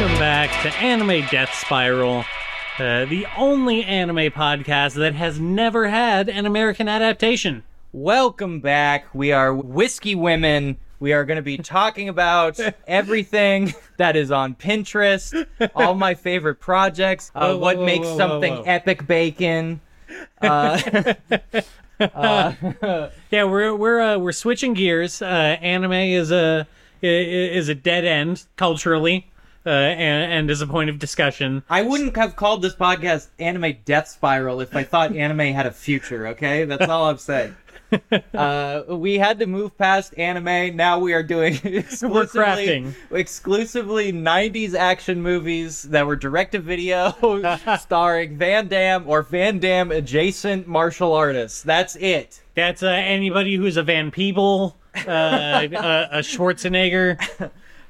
to Anime Death Spiral, uh, the only anime podcast that has never had an American adaptation. Welcome back. We are Whiskey Women. We are going to be talking about everything that is on Pinterest, all my favorite projects, uh, Whoa, whoa, what whoa, makes whoa, something whoa, whoa. epic bacon. Yeah, we're we're uh, we're switching gears. Uh, anime is a i- i- is a dead end culturally, uh, and, and is a point of discussion. I wouldn't have called this podcast Anime Death Spiral if I thought anime had a future, okay? That's all I'm saying. Uh, we had to move past anime. Now we are doing exclusively, crafting. exclusively 90s action movies that were direct to video starring Van Damme or Van Damme adjacent martial artists. That's it. That's uh, anybody who's a Van Peeble, uh, a, a Schwarzenegger.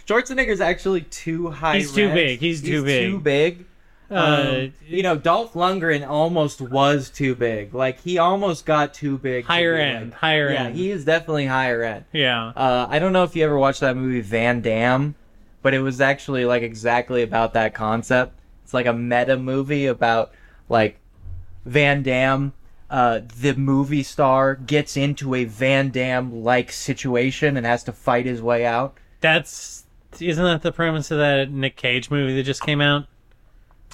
Schwarzenegger's actually too high. He's too rent. big. He's too big. Too big. Uh, Um, you know, Dolph Lundgren almost was too big. Like he almost got too big. to Higher be, end, like- higher yeah, end. he is definitely higher end. yeah. Uh, I don't know if you ever watched that movie Van Damme, but it was actually like exactly about that concept. It's like a meta movie about like Van Damme, uh, the movie star, gets into a Van Damme like situation and has to fight his way out. That's isn't that the premise of that Nick Cage movie that just came out?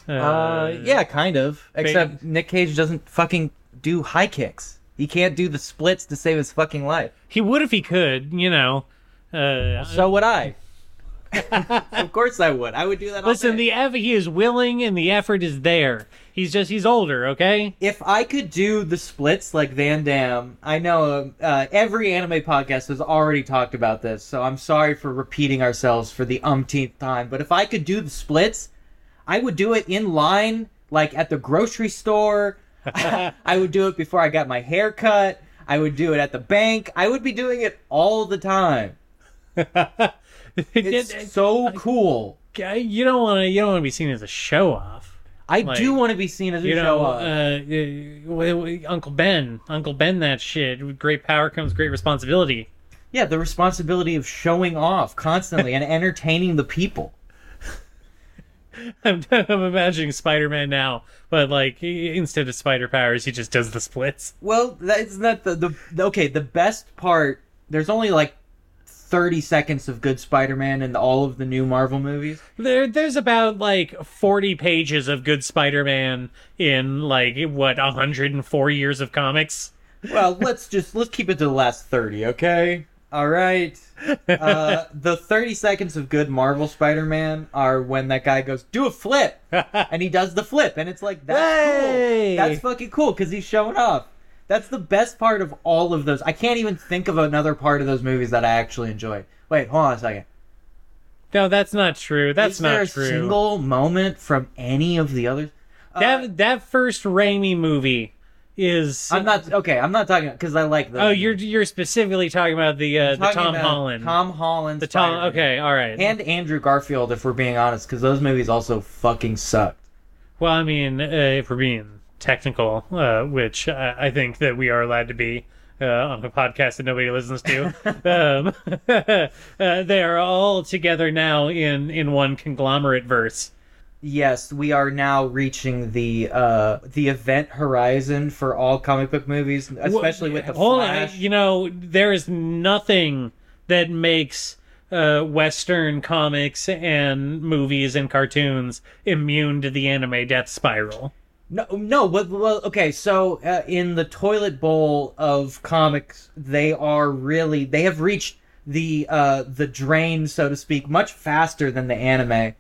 Uh, Uh, yeah, kind of. Except Nick Cage doesn't fucking do high kicks. He can't do the splits to save his fucking life. he would if he could, you know. Uh, So would I. of course I would. I would do that. all listen, day. the eff- he is willing and the effort is there. He's just he's older, okay? if I could do the splits like Van Damme, I know uh, every anime podcast has already talked about this, so I'm sorry for repeating ourselves for the umpteenth time. But if I could do the splits, I would do it in line, like at the grocery store. I would do it before I got my hair cut. I would do it at the bank. I would be doing it all the time. It's so cool. uh, you don't want to you don't want to be seen as a show off. I like, do want to be seen as a You show know, off. uh, uh, w- w- Uncle Ben, Uncle Ben, that shit. With great power comes great responsibility. Yeah, the responsibility of showing off constantly and entertaining the people. I'm, I'm imagining Spider-Man now, but like he- instead of spider powers, he just does the splits. Well, that's not the, the okay. The best part. There's only like thirty seconds of good Spider-Man in all of the new Marvel movies. There, there's about like 40 pages of good Spider-Man in like what 104 years of comics. Well, let's just let's keep it to the last thirty, okay? All right. Uh, the thirty seconds of good Marvel Spider-Man are when that guy goes, "Do a flip," and he does the flip, and it's like that's Hey! cool. That's fucking cool because he's showing off. That's the best part of all of those. I can't even think of another part of those movies that I actually enjoy. Wait, hold on a second. No, that's not true. That's Is not there a true. single moment from any of the others? Uh, that that first Raimi movie is. I'm not okay. I'm not talking because I like those. oh, you're you're specifically talking about the uh, the Talking Tom about Holland. Tom Holland. the Tom. Spider-Man. Okay, all right. And Andrew Garfield, if we're being honest, because those movies also fucking sucked. well, I mean, uh, if we're being technical, uh, which I, I think that we are allowed to be. Uh, on a podcast that nobody listens to, um, uh, they are all together now in in one conglomerate verse. Yes, we are now reaching the uh, the event horizon for all comic book movies, especially with the Hold on, Flash. you know, there is nothing that makes uh, Western comics and movies and cartoons immune to the anime death spiral. No, no. Well, well okay. So uh, in the toilet bowl of comics, they are really they have reached the uh, the drain, so to speak, much faster than the anime,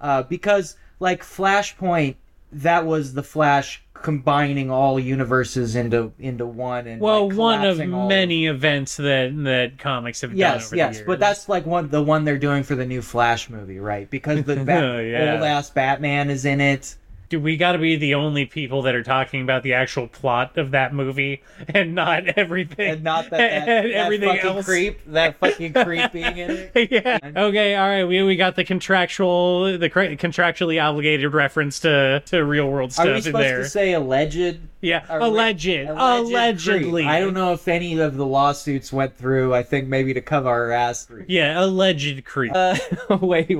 uh, because like Flashpoint, that was the Flash combining all universes into into one and Well, like, one of collapsing all of- many events that that comics have done Yes, over yes, the years. but that's like one the one they're doing for the new Flash movie, right? Because the Bat- Oh, yeah. old ass Batman is in it. Dude, we got to be the only people that are talking about the actual plot of that movie and not everything and not that, that, and that everything fucking else. creep, that fucking creep being in it. yeah. Okay. All right. We we got the contractual the cra- contractually obligated reference to to real world Are we stuff in supposed there. to say alleged? yeah. are we- Alleged. alleged Allegedly. creep? I don't know if any of the lawsuits went through. I think maybe to cover our ass. Yeah. Alleged creep. Uh, wait,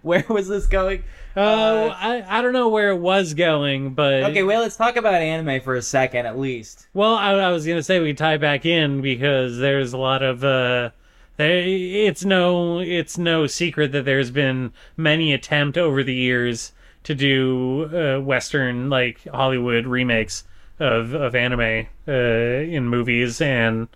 where was this going? Oh, I, I don't know where it was going, but Okay, well, let's talk about anime for a second, at least. Well, I, I was gonna say we tie back in because there's a lot of uh, there. It's no, it's no secret that there's been many attempt over the years to do uh, Western like Hollywood remakes of of anime uh, in movies, and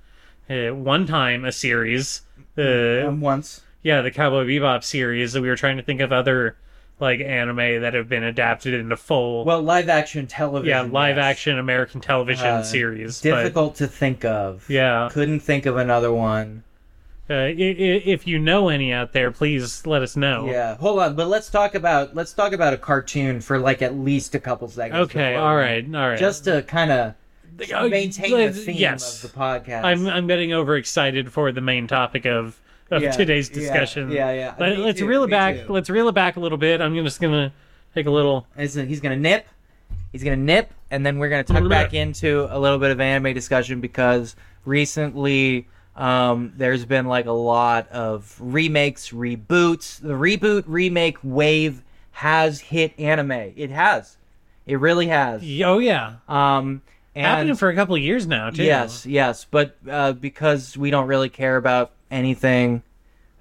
uh, one time a series. Uh, Um, once. yeah, the Cowboy Bebop series. We were trying to think of other like anime that have been adapted into full. Well, live action television. yeah, live yes. action American television Uh, series. but- Difficult to think of. yeah. Couldn't think of another one. Uh, i- i- if you know any out there, please let us know. Yeah. Hold on, but let's talk about let's talk about a cartoon for like at least a couple seconds. Okay. before- All right. All right. Just to kind of Uh, maintain uh, the theme yes. of the podcast. I'm I'm getting overexcited for the main topic of of Yeah, today's yeah, discussion. yeah, yeah. But Me let's too, reel it me back. too. Let's reel it back a little bit. I'm just gonna take a little. Is it- he's gonna nip. He's gonna nip, and then we're gonna tuck Blip. back into a little bit of anime discussion because recently um, there's been like a lot of remakes, reboots. The reboot remake wave has hit anime. It has. It really has. Y- Oh yeah, Um, happening and for a couple of years now too. yes, yes, but uh, because we don't really care about anything,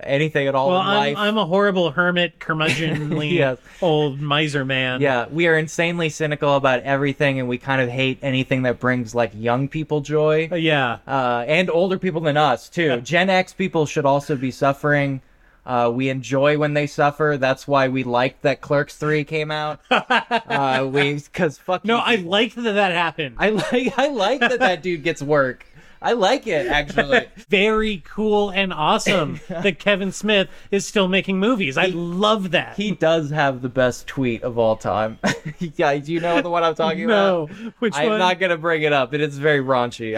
anything at all Well, in I'm, life. I'm a horrible hermit, curmudgeonly Yes. old miser man. Yeah, we are insanely cynical about everything, and we kind of hate anything that brings like young people joy, Uh, yeah. uh, and older people than us too. Gen X people should also be suffering. Uh, we enjoy when they suffer. That's why we liked that Clerks Three came out. uh, we because fuck No, you. I like that that happened. I like I like that that dude gets work. I like it actually. very cool and awesome that Kevin Smith is still making movies. I love that. He does have the best tweet of all time. yeah, do you know the one I'm talking about? no, which I'm one? not gonna bring it up. It is very raunchy.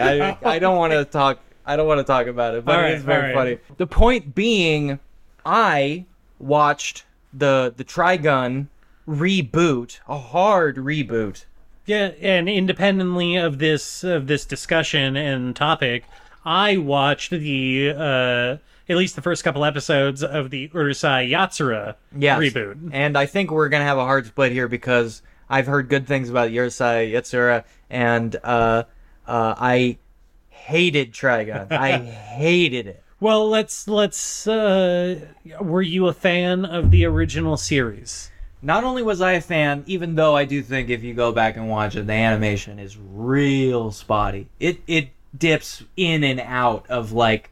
I I don't want to talk. I don't want to talk about it, but All it is right, very all funny. right. The point being, I watched the the Trigun reboot, a hard reboot. yeah, and independently of this of this discussion and topic, I watched the uh at least the first couple episodes of the Urusei Yatsura Yes. reboot. And I think we're gonna have a hard split here because I've heard good things about Yursai Yatsura, and uh, uh, I hated Trigun. I hated it. Well, let's let's uh were you a fan of the original series? Not only was I a fan, even though I do think if you go back and watch it, the animation is real spotty. It it dips in and out of like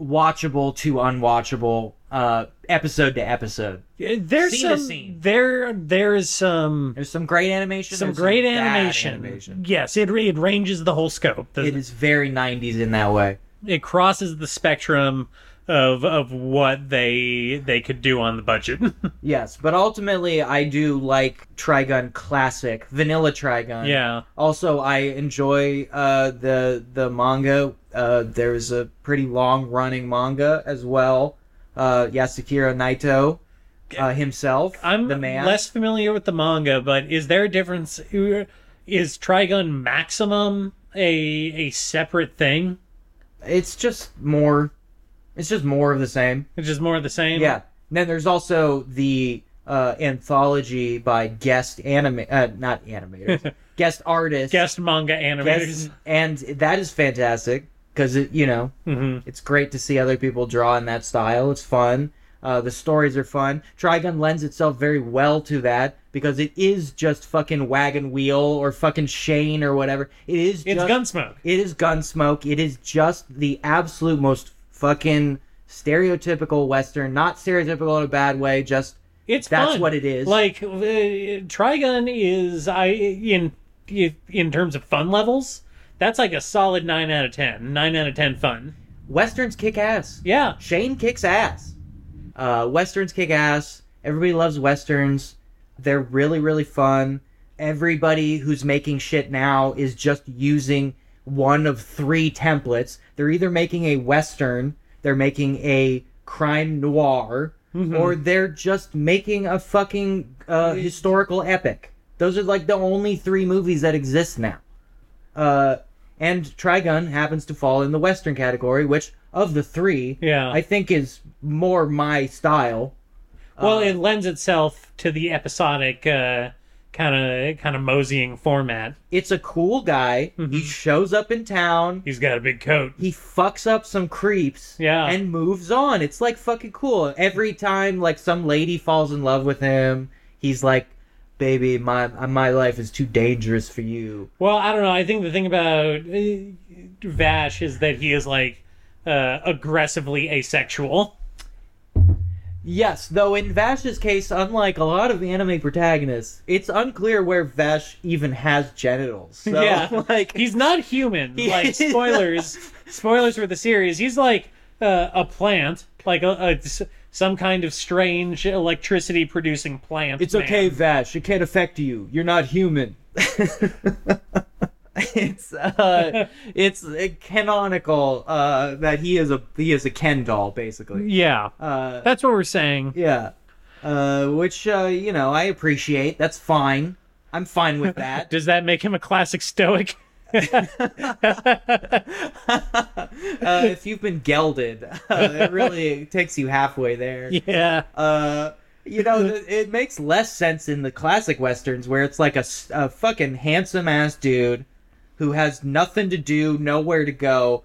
watchable to unwatchable, uh, episode to episode. Uh, There's Scene to some scene. there there is some There's some great animation. some there's great bad animation. Yes, it it ranges the whole scope. The- It is very '90s in that way. it crosses the spectrum of of what they they could do on the budget. Yes, but ultimately, I do like Trigun Classic, Vanilla Trigun. yeah. Also, I enjoy uh, the the manga. Uh, there's a pretty long running manga as well. Uh, Yasukiro Naito uh, himself, I'm the man. less familiar with the manga, but is there a difference is Trigun Maximum a a separate thing? It's just more. It's just more of the same. It's just more of the same. Yeah. then there's also the uh, anthology by guest anime, uh, not animators, guest artists, Guest manga guest, animators. and that is fantastic because it, you know, hmm It's great to see other people draw in that style. It's fun. Uh, the stories are fun. Trigun lends itself very well to that because it is just fucking wagon wheel or fucking Shane or whatever. It is. It's just, Gunsmoke. It is Gunsmoke. It is just the absolute most fucking stereotypical Western. Not stereotypical in a bad way. Just It's that's fun. what it is. Like uh, Trigun is I in in terms of fun levels, that's like a solid 9 out of 10. 9 out of 10 fun. Westerns kick ass. Yeah. Shane kicks ass. Uh, Westerns kick ass. Everybody loves Westerns. They're really, really fun. Everybody who's making shit now is just using one of three templates. They're either making a Western, they're making a crime noir, or they're just making a fucking uh, historical epic. Those are like the only three movies that exist now. Uh, and Trigun happens to fall in the Western category, which of the three, Yeah. I think is more my style. Well, Uh, it lends itself to the episodic kind of kind of moseying format. it's a cool guy. He Mhm. shows up in town. He's got a big coat. He fucks up some creeps. Yeah. And moves on. It's like fucking cool. Every time like some lady falls in love with him, he's like, "Baby, my my life is too dangerous for you." Well, I don't know. I think the thing about uh, Vash is that he is like uh, aggressively asexual. Yes, though in Vash's case, unlike a lot of anime protagonists, it's unclear where Vash even has genitals. So, Yeah. like He's not human. He like is spoilers, spoilers for the series. He's like uh, a plant, like a, a s- some kind of strange electricity producing plant. It's man. okay, Vash. It can't affect you. You're not human. it's uh, it's uh, canonical uh, that he is a he is a Ken doll basically. Yeah, Uh, that's what we're saying. yeah, uh, which uh, you know I appreciate. That's fine. I'm fine with that. Does that make him a classic stoic? uh, if you've been gelded, uh, it really takes you halfway there. yeah. Uh, you know, th- it makes less sense in the classic westerns where it's like a, s- a fucking handsome ass dude who has nothing to do, nowhere to go,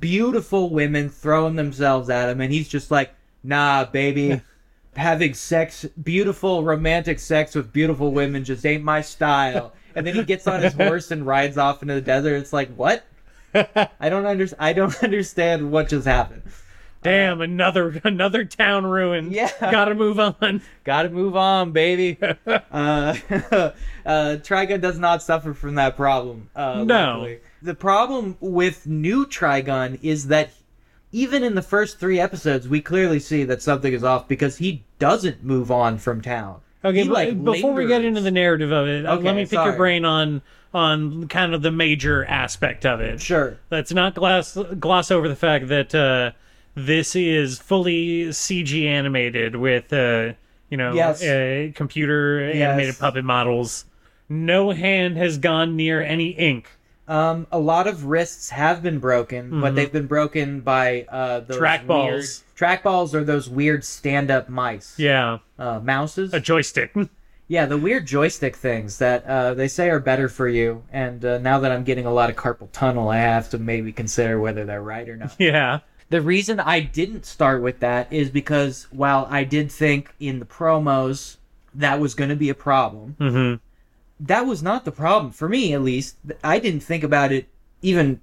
beautiful women throwing themselves at him, and he's just like, nah, baby. Having sex, beautiful romantic sex with beautiful women just ain't my style. And then he gets on his horse and rides off into the desert. It's like, what? I don't under- I don't understand what just happened. Damn, another another town ruined. Yeah. Gotta move on. Gotta move on, baby. uh, uh, Trigun does not suffer from that problem. Uh, No. luckily. The problem with new Trigun is that even in the first three episodes, we clearly see that something is off because he doesn't move on from town. Okay, He, but before we get lingers. into the narrative of it, uh, Okay, let me pick sorry. your brain on on kind of the major aspect of it. Sure. Let's not gloss gloss over the fact that uh, this is fully CG animated with uh, you know Yes. uh, computer animated Yes. puppet models. No hand has gone near any ink. Um, a lot of wrists have been broken, Mm-hmm. but they've been broken by uh, those Trackballs. Weird... Trackballs are those weird stand-up mice. Yeah, Uh, mouses. a joystick. Yeah, the weird joystick things that uh, they say are better for you, and uh, now that I'm getting a lot of carpal tunnel, I have to maybe consider whether they're right or not. yeah, the reason I didn't start with that is because while I did think in the promos that was going to be a problem, hmm that was not the problem for me, at least. I didn't think about it even.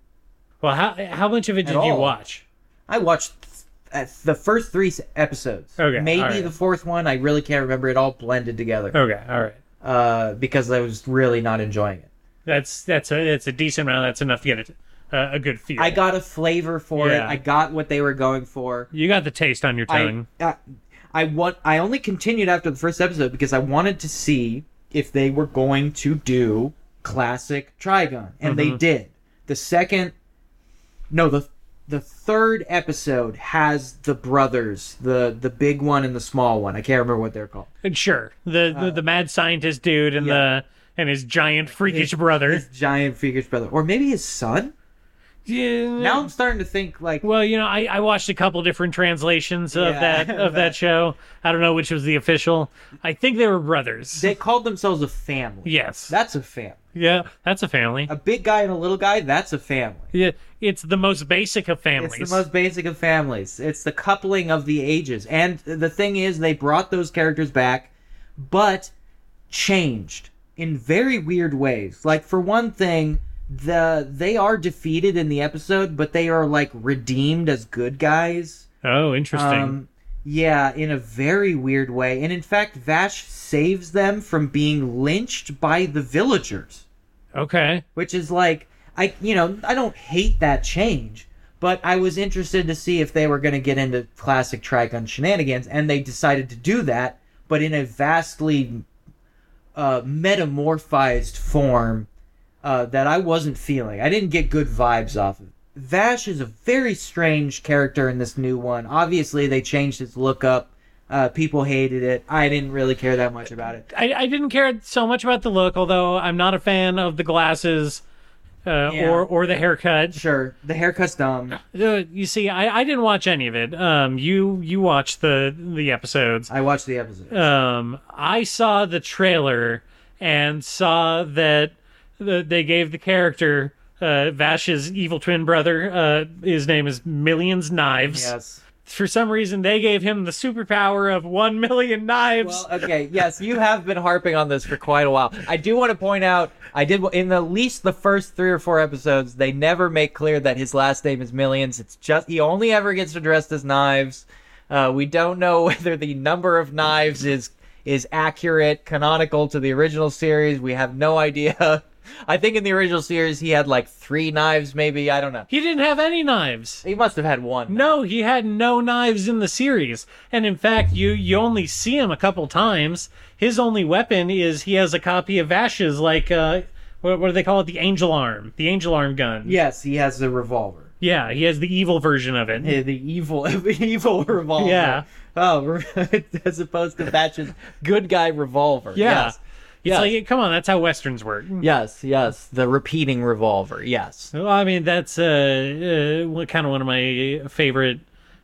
Well, how how much of it did you all. watch? I watched th- uh, the first three s- episodes. Okay, maybe alright. the fourth one. I really can't remember. It all blended together Okay, all right. uh, because I was really not enjoying it. That's that's a that's a decent amount. That's enough to get a, a, a good feel. I got a flavor for Yeah. it. I got what they were going for. you got the taste on your I, tongue. I, I want. I only continued after the first episode because I wanted to see if they were going to do classic Trigon, and Mm-hmm. they did. The second, no, the the third episode has the brothers, the the big one and the small one. I can't remember what they're called. sure, the, Uh, the the mad scientist dude and the and his giant freakish brother. Giant figures brother, or maybe his son. yeah. Now I'm starting to think like Well, you know, I, I watched a couple different translations of Yeah, that of that show. I don't know which was the official. I think they were brothers. they called themselves a family. yes. That's a family. yeah, that's a family. A big guy and a little guy. That's a family. yeah, it's the most basic of families. It's the most basic of families. It's the coupling of the ages. And the thing is, they brought those characters back, but changed in very weird ways. Like for one thing, the they are defeated in the episode, but they are like redeemed as good guys. oh, interesting. Um, yeah, in a very weird way. And in fact, Vash saves them from being lynched by the villagers okay. which is like I you know I don't hate that change, but I was interested to see if they were going to get into classic Trigun shenanigans, and they decided to do that, but in a vastly uh, metamorphized form uh, that I wasn't feeling. I didn't get good vibes off of. Vash is a very strange character in this new one. Obviously, they changed his look up. Uh, people hated it. I didn't really care that much about it. I, I didn't care so much about the look, although I'm not a fan of the glasses. uh, Yeah. or or the haircut. Sure, the haircut's dumb. Uh, you see, I, I didn't watch any of it. Um, you you watched the the episodes. I watched the episode. Um, I saw the trailer and saw that the, they gave the character uh, Vash's evil twin brother. Uh, his name is Millions Knives. Yes. For some reason, they gave him the superpower of one million knives. Well, uh, okay, yes, you have been harping on this for quite a while. I do want to point out, I did in at least the first three or four episodes, they never make clear that his last name is Millions. It's just he only ever gets addressed as Knives. Uh, we don't know whether the number of knives is is accurate, canonical to the original series. We have no idea. I think in the original series he had like three knives, maybe. I don't know. he didn't have any knives. He must have had one. No, he had no knives in the series. And in fact, you you only see him a couple times. His only weapon is he has a copy of Ash's like uh what, what do they call it? The angel arm, the angel arm gun. Yes, he has a revolver. yeah. He has the evil version of it. Yeah, the evil, the evil revolver. Yeah. Oh, re- as opposed to Batch's good guy revolver. Yeah. Yes. It's Yes. like come on, that's how westerns work. yes. Yes. The repeating revolver. Yes. Well, I mean, that's uh, uh kind of one of my favorite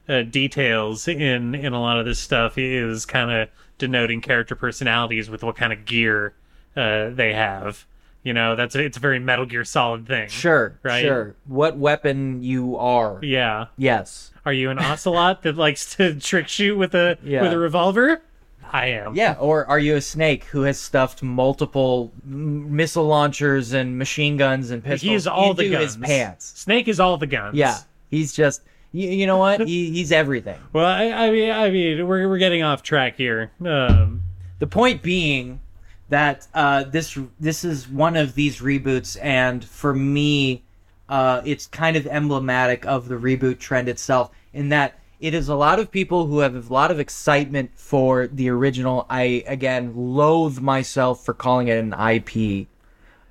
uh, details in in a lot of this stuff is kind of denoting character personalities with what kind of gear uh, they have. You know, that's a, it's a very Metal Gear Solid thing. Sure. Right. Sure. What weapon you are. Yeah. Yes. Are you an ocelot that likes to trick you with a Yeah. with a revolver? I am. Yeah. Or are you a snake who has stuffed multiple m- missile launchers and machine guns and pistols He is all into the guns. his pants? Snake is all the guns. Yeah. He's just. You, you know what? He, he's everything. Well, I, I mean, I mean, we're we're getting off track here. Um, The point being that uh, this this is one of these reboots, and for me, uh, it's kind of emblematic of the reboot trend itself. In that it is a lot of people who have a lot of excitement for the original. I again loathe myself for calling it an IP.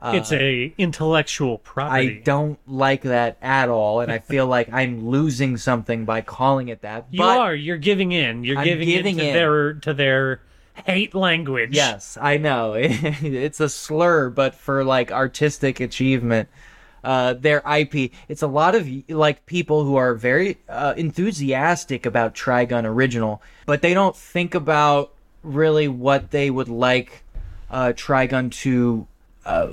it's a intellectual property. Uh, I don't like that at all, and I feel like I'm losing something by calling it that. You but are. You're giving in. You're I'm giving, giving in to in. their to their hate language. Yes, I know. it's a slur, but for like artistic achievement, uh, their IP. It's a lot of like people who are very uh, enthusiastic about Trigun Original, but they don't think about really what they would like uh, Trigun to uh,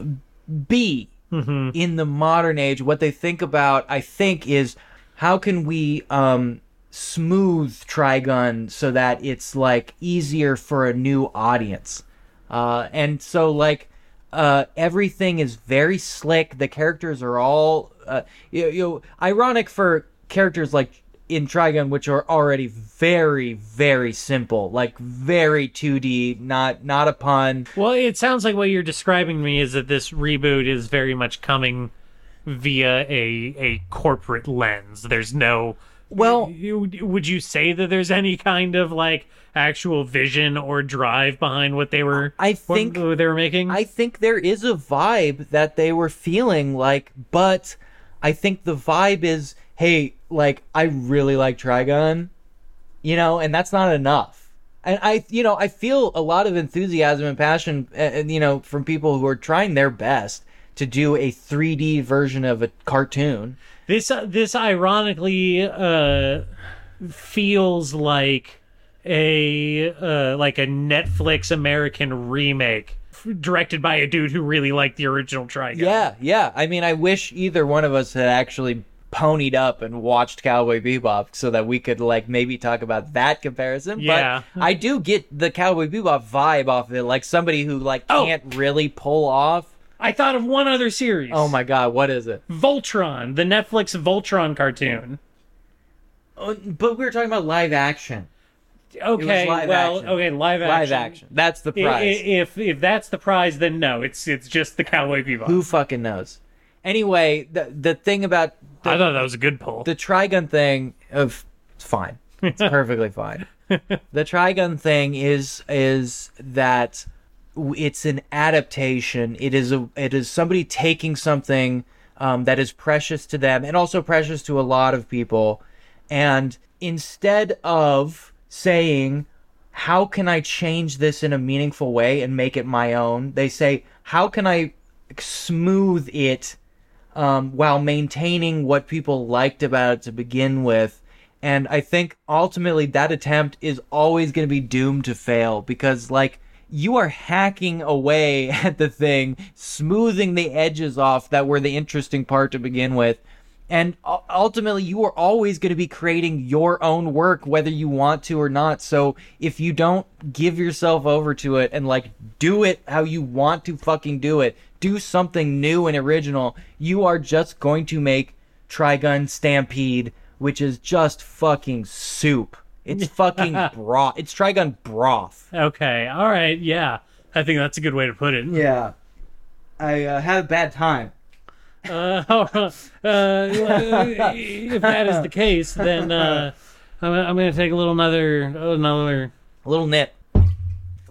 be in the modern age. What they think about, I think, is how can we um, smooth Trigun so that it's like easier for a new audience. Uh, and so, like, uh, everything is very slick. The characters are all, uh, you, you know, ironic for characters like in Trigun, which are already very, very simple, like very 2D, not not a pun. Well, it sounds like what you're describing to me is that this reboot is very much coming via a a corporate lens. There's no. Well- you, would you say that there's any kind of like actual vision or drive behind what they were? I what think- they were making. I think there is a vibe that they were feeling like, but I think the vibe is, hey, like I really like Trigun, you know, and that's not enough. And I, you know, I feel a lot of enthusiasm and passion, uh, and you know, from people who are trying their best to do a 3D version of a cartoon. this uh, this ironically uh feels like a uh like a Netflix American remake f- directed by a dude who really liked the original Trigon. Yeah, yeah. I mean, I wish either one of us had actually ponied up and watched Cowboy Bebop so that we could like maybe talk about that comparison. Yeah. But I do get the Cowboy Bebop vibe off of it, like somebody who like Oh. can't really pull off. I thought of one other series. Oh my god, what is it? Voltron, the Netflix Voltron cartoon. Oh, But we were talking about live action. Okay, live well, action. okay, live action. Live action. That's the I- i- prize. If if that's the prize, then no, it's it's just the Cowboy Bebop. who fucking knows? Anyway, the the thing about the, I thought that was a good poll. the trigun thing of it's fine it's perfectly fine the trigun thing is is that w- it's an adaptation it is a it is somebody taking something um, that is precious to them and also precious to a lot of people and instead of saying how can i change this in a meaningful way and make it my own they say how can i smooth it um, while maintaining what people liked about it to begin with. And I think ultimately that attempt is always going to be doomed to fail because, like, you are hacking away at the thing, smoothing the edges off that were the interesting part to begin with. And u- ultimately, you are always going to be creating your own work, whether you want to or not. So if you don't give yourself over to it and like do it how you want to fucking do it, do something new and original, you are just going to make Trigun Stampede, which is just fucking soup. It's fucking broth. It's Trigun broth. Okay. All right. Yeah. I think that's a good way to put it. Yeah. I uh, had a bad time. Uh, uh, if that is the case, then uh, I'm, I'm going to take a little another another A little nip.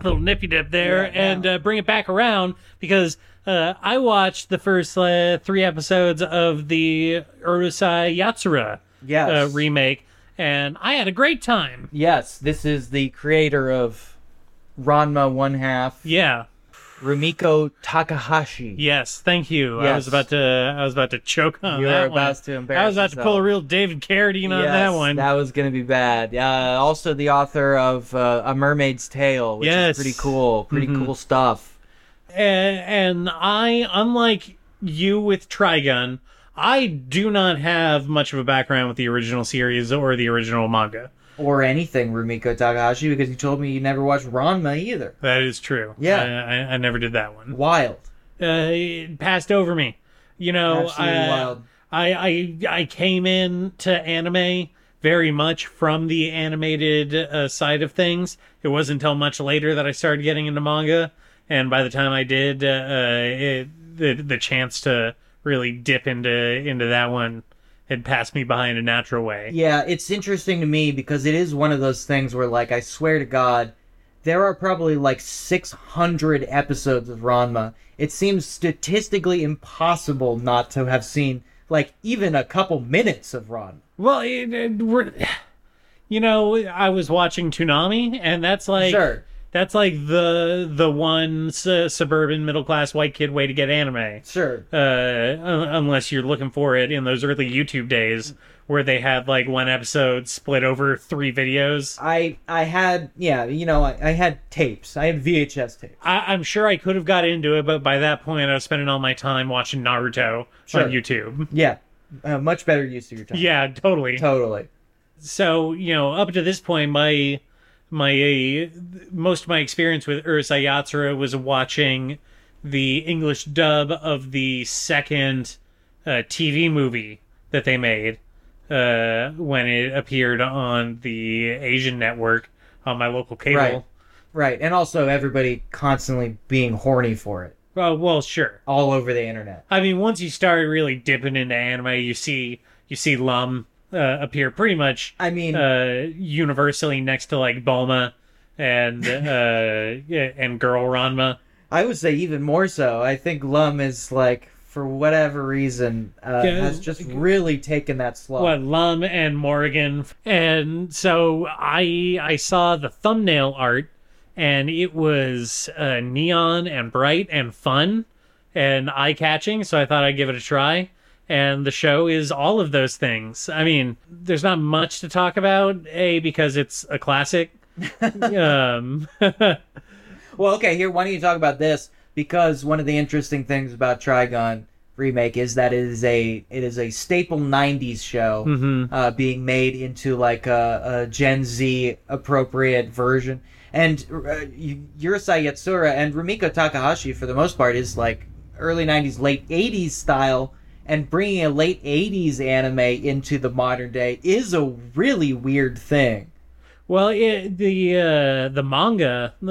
little nippy dip there Yeah, yeah. and uh, bring it back around because uh, I watched the first uh, three episodes of the Urusei Yatsura Yes. uh, remake, and I had a great time. yes, this is the creator of Ranma One Half, Yeah. Rumiko Takahashi. Yes. Thank you. I was Yes. about to. I was about to choke on You that were one. about to embarrass I was about to pull yourself. a real David Carradine on that Yes, one. That was going to be bad. Uh, also, the author of uh, A Mermaid's Tale, which Yes. Mm-hmm. is pretty cool. Pretty cool stuff. and, and I, unlike you with Trigun, I do not have much of a background with the original series or the original manga. Or anything, Rumiko Takahashi, because you told me you never watched Ranma either. That is true. Yeah. I, I, I never did that one. Wild. Uh, it passed over me. You know, Absolutely Oh, I, uh, wild. I, I I came in to anime very much from the animated uh, side of things. It wasn't until much later that I started getting into manga, and by the time I did, uh, uh, it, the the chance to really dip into into that one had passed me by in a natural way. Yeah, it's interesting to me because it is one of those things where, like, I swear to God, there are probably like 600 episodes of Ranma. It seems statistically impossible not to have seen, like, even a couple minutes of Ranma. Well, it, it- we're, you know, I was watching Toonami, and that's like Sure. that's like the the one su- suburban middle class white kid way to get anime. Sure. Uh, un- unless you're looking for it in those early YouTube days where they had like one episode split over three videos. I I had yeah you know I, I had tapes I had VHS tapes I, I'm sure I could have got into it, but by that point, I was spending all my time watching Naruto Sure. on YouTube. yeah uh, much better use of your time Yeah, totally. totally so you know up to this point my my uh, most of my experience with Urusei Yatsura was watching the English dub of the second uh, TV movie that they made uh, when it appeared on the Asian network on my local cable. Right. right and also everybody constantly being horny for it Well, well, sure. all over the internet I mean, once you start really dipping into anime, you see you see Lum uh, appear pretty much I mean uh, universally next to like Bulma and uh, yeah, and Girl Ranma. I would say even more so I think Lum is like for whatever reason uh, Yeah, has just really taken that slot What Lum and Morgan, and so I I saw the thumbnail art, and it was uh, neon and bright and fun, and eye catching. So I thought I'd give it a try. And the show is all of those things. I mean, there's not much to talk about. A because it's a classic. um, Well, okay, here, why don't you talk about this? Because one of the interesting things about Trigon remake is that it is a it is a staple '90s show uh, being made into like a, a Gen Z appropriate version. And uh, Yu- Yurusei Yatsura and Rumiko Takahashi, for the most part, is like early '90s, late '80s style. And bringing a late '80s anime into the modern day is a really weird thing. Well, it, the uh, the manga uh,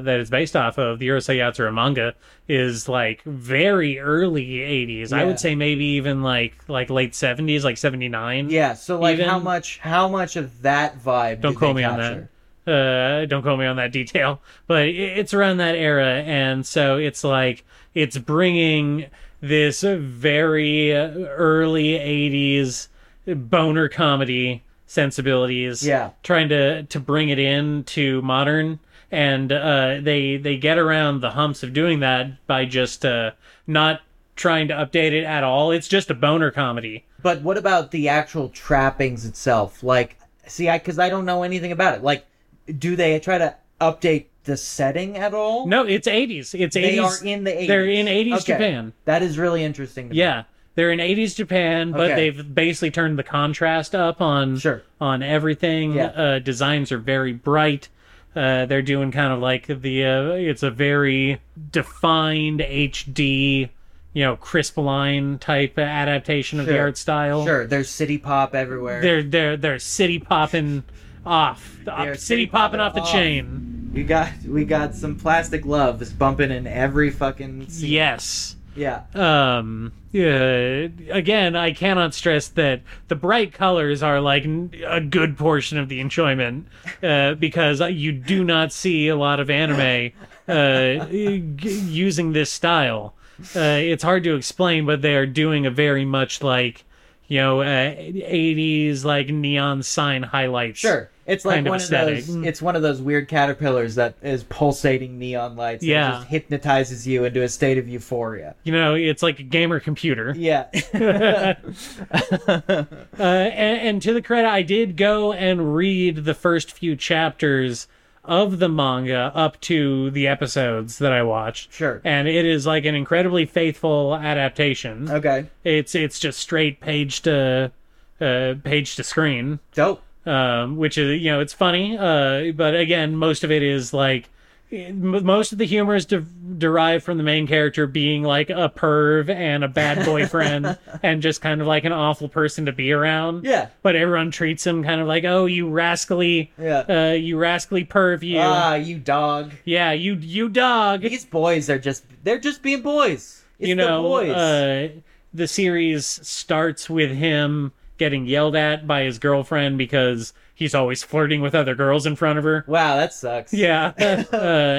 that it's based off of, the Urusei Yatsura manga, is like very early '80s. I Yeah. would say maybe even like like late '70s, like '79. Yeah, so like Even- how much how much of that vibe Don't did quote they me on capture? that. Uh, don't quote me on that detail, but i it's around that era, and so it's like it's bringing this very early '80s boner comedy sensibilities. Yeah. trying to to bring it in to modern, and uh, they they get around the humps of doing that by just uh, not trying to update it at all. It's just a boner comedy. But what about the actual trappings itself? Like, see, I because I don't know anything about it. Like, do they try to update the setting at all? No, it's 80s. It's 80s. they are in the 80s. They're in 80s Okay. Japan. That is really interesting. To me. Yeah. They're in 80s Japan, but Okay. they've basically turned the contrast up on Sure. on everything. Yeah. Uh, designs are very bright. Uh, they're doing kind of like the uh, it's a very defined HD, you know, crisp line type adaptation of the Sure. art style. Sure, there's city pop everywhere. They're they're they're city popping off, They're city, popping off the off. chain. We got we got some plastic love is bumping in every fucking scene. Yes. Yeah. um uh, again i cannot stress that the bright colors are like n- a good portion of the enjoyment uh, because you do not see a lot of anime uh, g- using this style uh, it's hard to explain but they are doing a very much like you know uh, 80s like neon sign highlights Sure. It's like Kind of one of, aesthetic. those it's one of those weird caterpillars that is pulsating neon lights that Yeah. just hypnotizes you into a state of euphoria. you know it's like a gamer computer Yeah. Uh, and, and to the credit, I did go and read the first few chapters of the manga up to the episodes that I watched. Sure. And it is like an incredibly faithful adaptation. okay. It's it's just straight page to uh, page to screen, Dope. um, which is you know it's funny, uh, but again, most of it is like m- most of the humor is de- derived from the main character being like a perv and a bad boyfriend and just kind of like an awful person to be around Yeah. but everyone treats him kind of like, "Oh, you rascally, Yeah. uh, you rascally perv, you, Ah, you dog. yeah, you, you dog." These boys are just they're just being boys. It's you know, the boys. Uh, the series starts with him getting yelled at by his girlfriend because he's always flirting with other girls in front of her. wow, that sucks. Yeah, uh,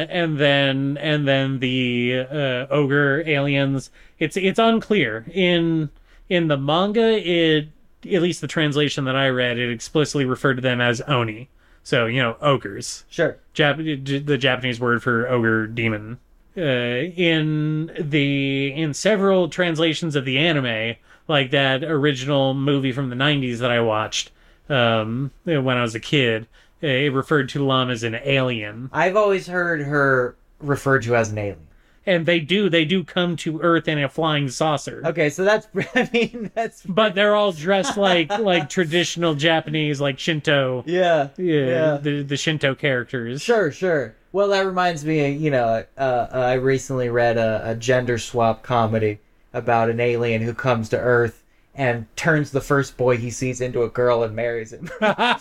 and then and then the uh, ogre aliens. It's it's unclear in in the manga. It at least the translation that I read, it explicitly referred to them as oni. So you know, ogres. Sure. Jap- j- the Japanese word for ogre demon. Uh, in the in several translations of the anime, like that original movie from the '90s that I watched um, when I was a kid, it referred to Lum as an alien, I've always heard her referred to as an alien. and they do they do come to Earth in a flying saucer. Okay, so that's I mean that's But they're all dressed like like traditional Japanese, like Shinto, yeah. yeah, the the Shinto characters. Sure, sure. Well, that reminds me, you know, uh, uh, I recently read a, a gender swap comedy about an alien who comes to Earth and turns the first boy he sees into a girl and marries him. the Uh,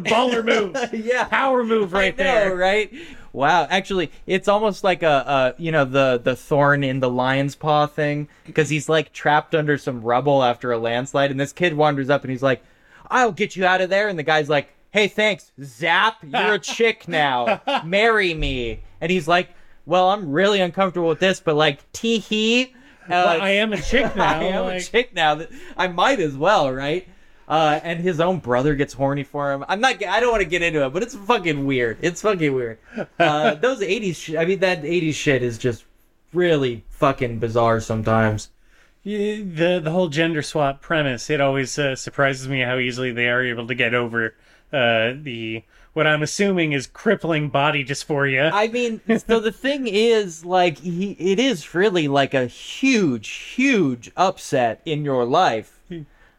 baller move, yeah. power move right I know, there. right? Wow, actually, it's almost like a, a you know the the thorn in the lion's paw thing because he's like trapped under some rubble after a landslide, and this kid wanders up and he's like, "I'll get you out of there," and the guy's like, "Hey, thanks, zap, you're a chick now, marry me," and he's like, "Well, I'm really uncomfortable with this, but like, tee hee." Uh, Well, I am a chick now. I am like- a chick now. Th- I might as well, right? Uh, and his own brother gets horny for him. I'm not. I don't want to get into it, but it's fucking weird. It's fucking weird. Uh, those '80s. Sh- I mean, that '80s shit is just really fucking bizarre sometimes. Yeah, the the whole gender swap premise. It always uh, surprises me how easily they are able to get over uh, the what I'm assuming is crippling body dysphoria. I mean, so the thing is, like, he, it is really like a huge, huge upset in your life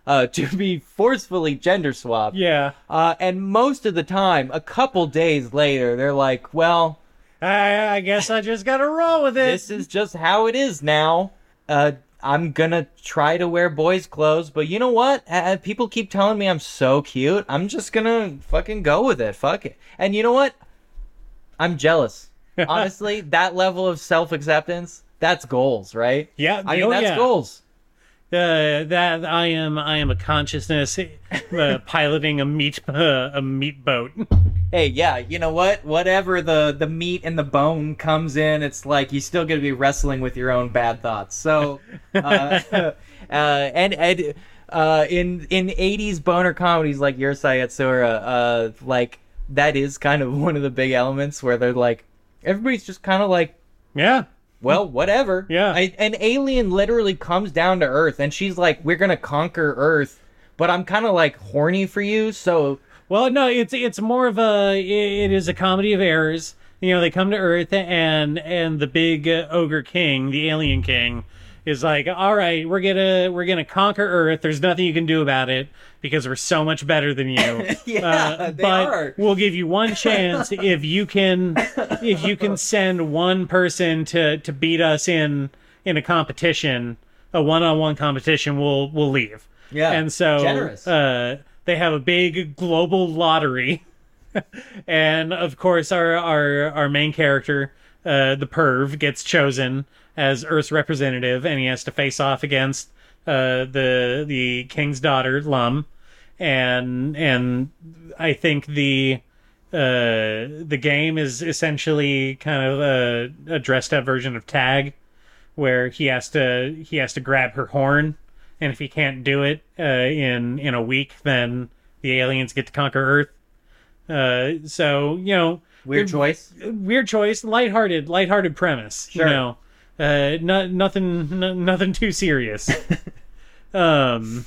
uh, to be forcefully gender swapped. yeah, Uh, and most of the time, a couple days later, they're like, well. I, I guess I just gotta roll with it. this is just how it is now. Uh, I'm gonna try to wear boys' clothes, but you know what? Uh, people keep telling me I'm so cute. I'm just gonna fucking go with it. Fuck it. And you know what? I'm jealous. Honestly, that level of self acceptance, that's goals, right? Yeah, I mean, oh that's yeah. goals. Uh, that I am I am a consciousness uh, piloting a meat uh, a meat boat. Hey, yeah, you know what? Whatever the the meat and the bone comes in, it's like you still gonna be wrestling with your own bad thoughts. So, uh, uh, and and uh, in in eighties boner comedies like Yursai Yatsura, uh, like that is kind of one of the big elements where they're like everybody's just kind of like Yeah, well, whatever. Yeah. I, an alien literally comes down to Earth, and she's like, "We're gonna conquer Earth," but I'm kind of like horny for you, so Well, no, it's it's more of a it is a comedy of errors. You know, they come to Earth and and the big uh, ogre king, the alien king, is like, "All right, we're gonna we're gonna conquer Earth. There's nothing you can do about it because we're so much better than you." Uh, Yeah, they but are. we'll give you one chance if you can if you can send one person to to beat us in in a competition, a one on one competition. We'll we'll leave. Yeah, and so generous. uh, they have a big global lottery, and of course, our our our main character, uh, the perv, gets chosen as Earth's representative, and he has to face off against uh, the the king's daughter, Lum, and and I think the uh the game is essentially kind of a, a dressed up version of tag where he has to he has to grab her horn, and if he can't do it uh, in in a week, then the aliens get to conquer Earth. Uh, so you know, weird choice. weird choice, lighthearted, lighthearted premise. Sure. You know, uh, no, nothing, no, nothing too serious. um,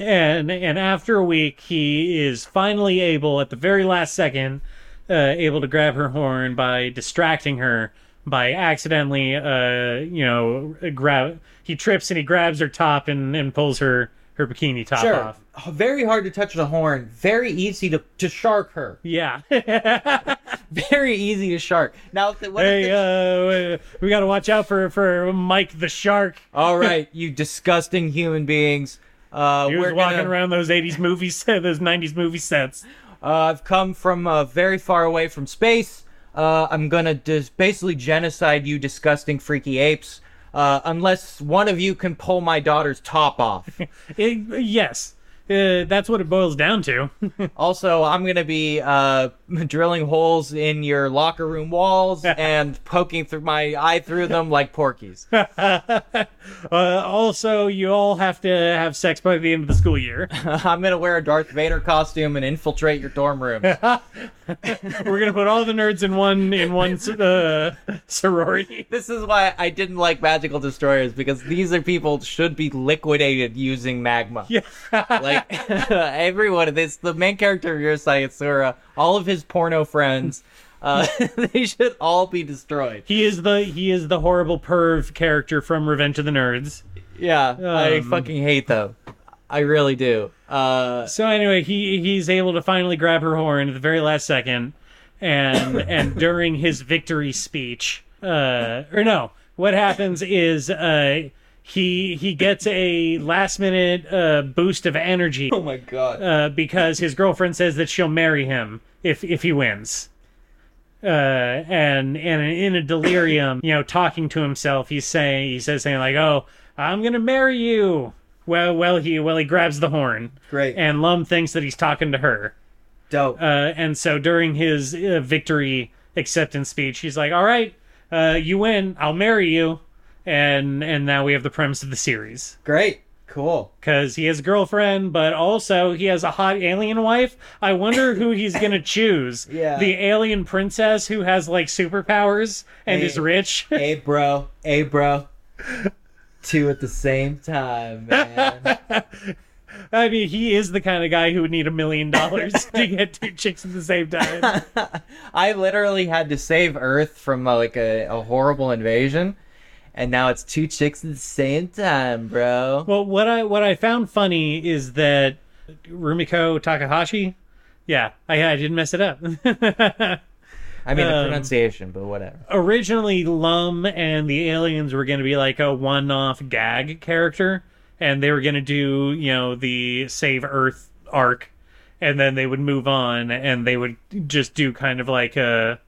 and and after a week, he is finally able, at the very last second, uh, able to grab her horn by distracting her by accidentally, uh, you know, grab. He trips and he grabs her top and and pulls her her bikini top Sure. off. Very hard to touch the horn. Very easy to, to shark her. Yeah. Very easy to shark. Now, if the, what if hey, the- uh, we got to watch out for for Mike the shark. all right, you disgusting human beings. Uh, He was we're walking gonna- around those '80s movie set, those '90s movie sets. Uh, I've come from uh, very far away from space. Uh, I'm gonna dis- basically genocide you, disgusting freaky apes. Uh, unless one of you can pull my daughter's top off. It- yes, uh, that's what it boils down to. also, I'm gonna be uh, drilling holes in your locker room walls and poking through my eye through them like porkies. uh, also, you all have to have sex by the end of the school year. I'm gonna wear a Darth Vader costume and infiltrate your dorm room. We're gonna put all the nerds in one in one uh, sorority. this is why I didn't like magical destroyers because these are people should be liquidated using magma. Yeah. Like everyone, this the main character of Yurusai Yatsura, all of his porno friends, uh, they should all be destroyed. He is the he is the horrible perv character from Revenge of the Nerds. Yeah, I Um. fucking hate them. I really do. Uh, So anyway, he he's able to finally grab her horn at the very last second, and and during his victory speech, uh, or no, what happens is uh, he he gets a last minute uh, boost of energy oh my god. uh, because his girlfriend says that she'll marry him if if he wins. Uh, and and in a delirium, you know, talking to himself, he's saying he says something like, "Oh, I'm gonna marry you." Well, well, he well he grabs the horn. Great. And Lum thinks that he's talking to her. Dope. Uh, and so during his uh, victory acceptance speech, he's like, "All right, uh, you win. I'll marry you." And and now we have the premise of the series Great. Cool. because he has a girlfriend, but also he has a hot alien wife. I wonder who he's gonna choose. Yeah. the alien princess who has like superpowers and Hey. is rich. hey bro, hey bro. Two at the same time, man. I mean, he is the kind of guy who would need a million dollars to get two chicks at the same time. I literally had to save Earth from uh, like a, a horrible invasion, and now it's two chicks at the same time, bro. Well, what I what I found funny is that Rumiko Takahashi. Yeah, I, I didn't mess it up. I mean the um, pronunciation, but whatever. Originally, Lum and the aliens were going to be like a one-off gag character, and they were going to do you know the Save Earth arc, and then they would move on, and they would just do kind of like a,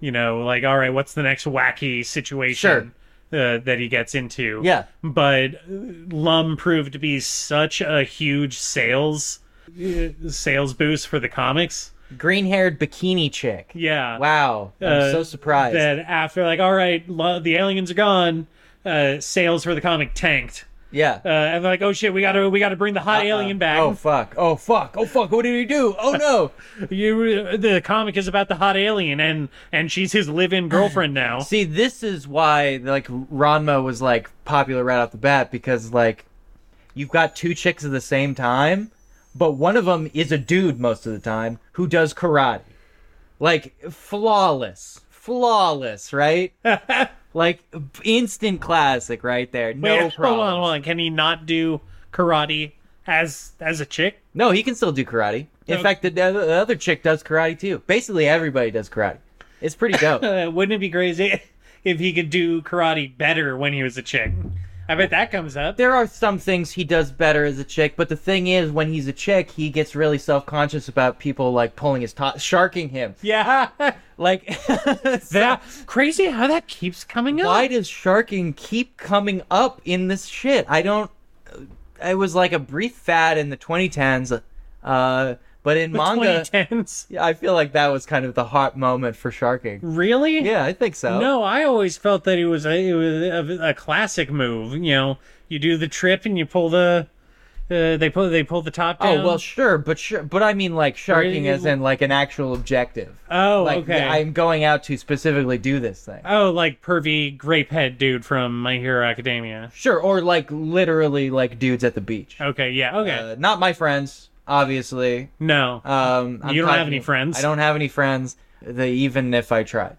you know, like all right, what's the next wacky situation uh, that he gets into? Yeah. but Lum proved to be such a huge sales uh, sales boost for the comics. Green-haired bikini chick. Yeah. Wow, I'm Uh, so surprised. That after like, all right, lo- the aliens are gone, uh, sales for the comic tanked. Yeah. Uh, and they're like, oh shit, we gotta we gotta bring the hot alien back. Oh fuck! Oh fuck! Oh fuck! What did he do? Oh no! You, the comic is about the hot alien, and and she's his live-in girlfriend now. See, this is why like Ranma was like popular right off the bat because like you've got two chicks at the same time, but one of them is a dude most of the time who does karate, like flawless, flawless, right? like instant classic right there. No Wait, problem. Hold on, hold on. Can he not do karate as as a chick? No, he can still do karate. In Okay. fact, the, the other chick does karate too. Basically, everybody does karate. It's pretty dope. Uh, wouldn't it be crazy if he could do karate better when he was a chick? I bet that comes up. there are some things he does better as a chick, but the thing is, when he's a chick, he gets really self conscious about people like pulling his top, sharking him. Yeah, Like, that crazy how that keeps coming up. why does sharking keep coming up in this shit? I don't. uh, It was like a brief fad in the 2010s, uh, but in manga, 2010s. yeah, I feel like that was kind of the hot moment for sharking. Really? Yeah, I think so. No, I always felt that it was a it was a, a classic move. You know, you do the trip and you pull the uh, they pull they pull the top down. Oh well, sure, but sure, but I mean like sharking you- as in like an actual objective. oh like okay. I'm going out to specifically do this thing. Oh, like pervy grape head dude from My Hero Academia. Sure, or like literally like dudes at the beach. Okay, yeah, okay. Uh, not my friends, obviously. no. Um, You don't have any friends. I don't have any friends. The, even if I tried.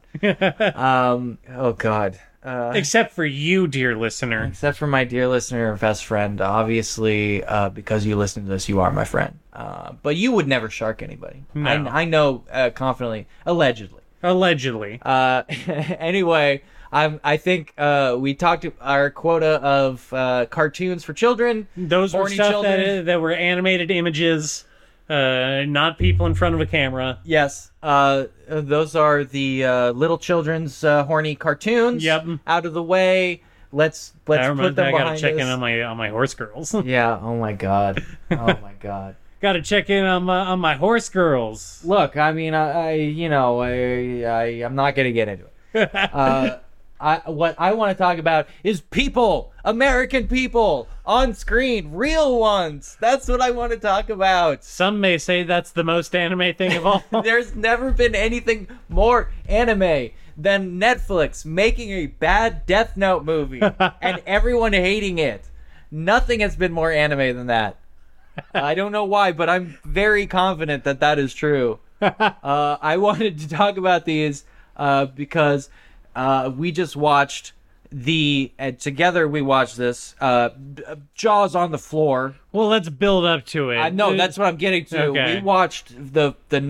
um, oh God. Uh, Except for you, dear listener. except for my dear listener and best friend, obviously, uh, because you listen to this, you are my friend. Uh, but you would never shark anybody. No. I, I know uh, confidently, allegedly. Allegedly. Uh, anyway, I'm. I think uh, we talked our quota of uh, cartoons for children. Those were horny stuff children. that, that were animated images, uh, not people in front of a camera. Yes, uh, those are the uh, little children's uh, horny cartoons. Yep. Out of the way. Let's let's I put remember them I gotta behind check us. in on my on my horse girls. yeah. Oh my god. Oh my god. gotta check in on my on my horse girls. Look, I mean, I, I you know, I, I I'm not gonna get into it. Uh, I, what I want to talk about is people, American people on screen, real ones. That's what I want to talk about. Some may say that's the most anime thing of all. There's never been anything more anime than Netflix making a bad Death Note movie and everyone hating it. Nothing has been more anime than that. I don't know why, but I'm very confident that that is true. Uh, I wanted to talk about these uh, because uh, we just watched the and together we watched this uh, B- Jaws on the floor. well, let's build up to it. I know that's what I'm getting to. Okay. We watched the the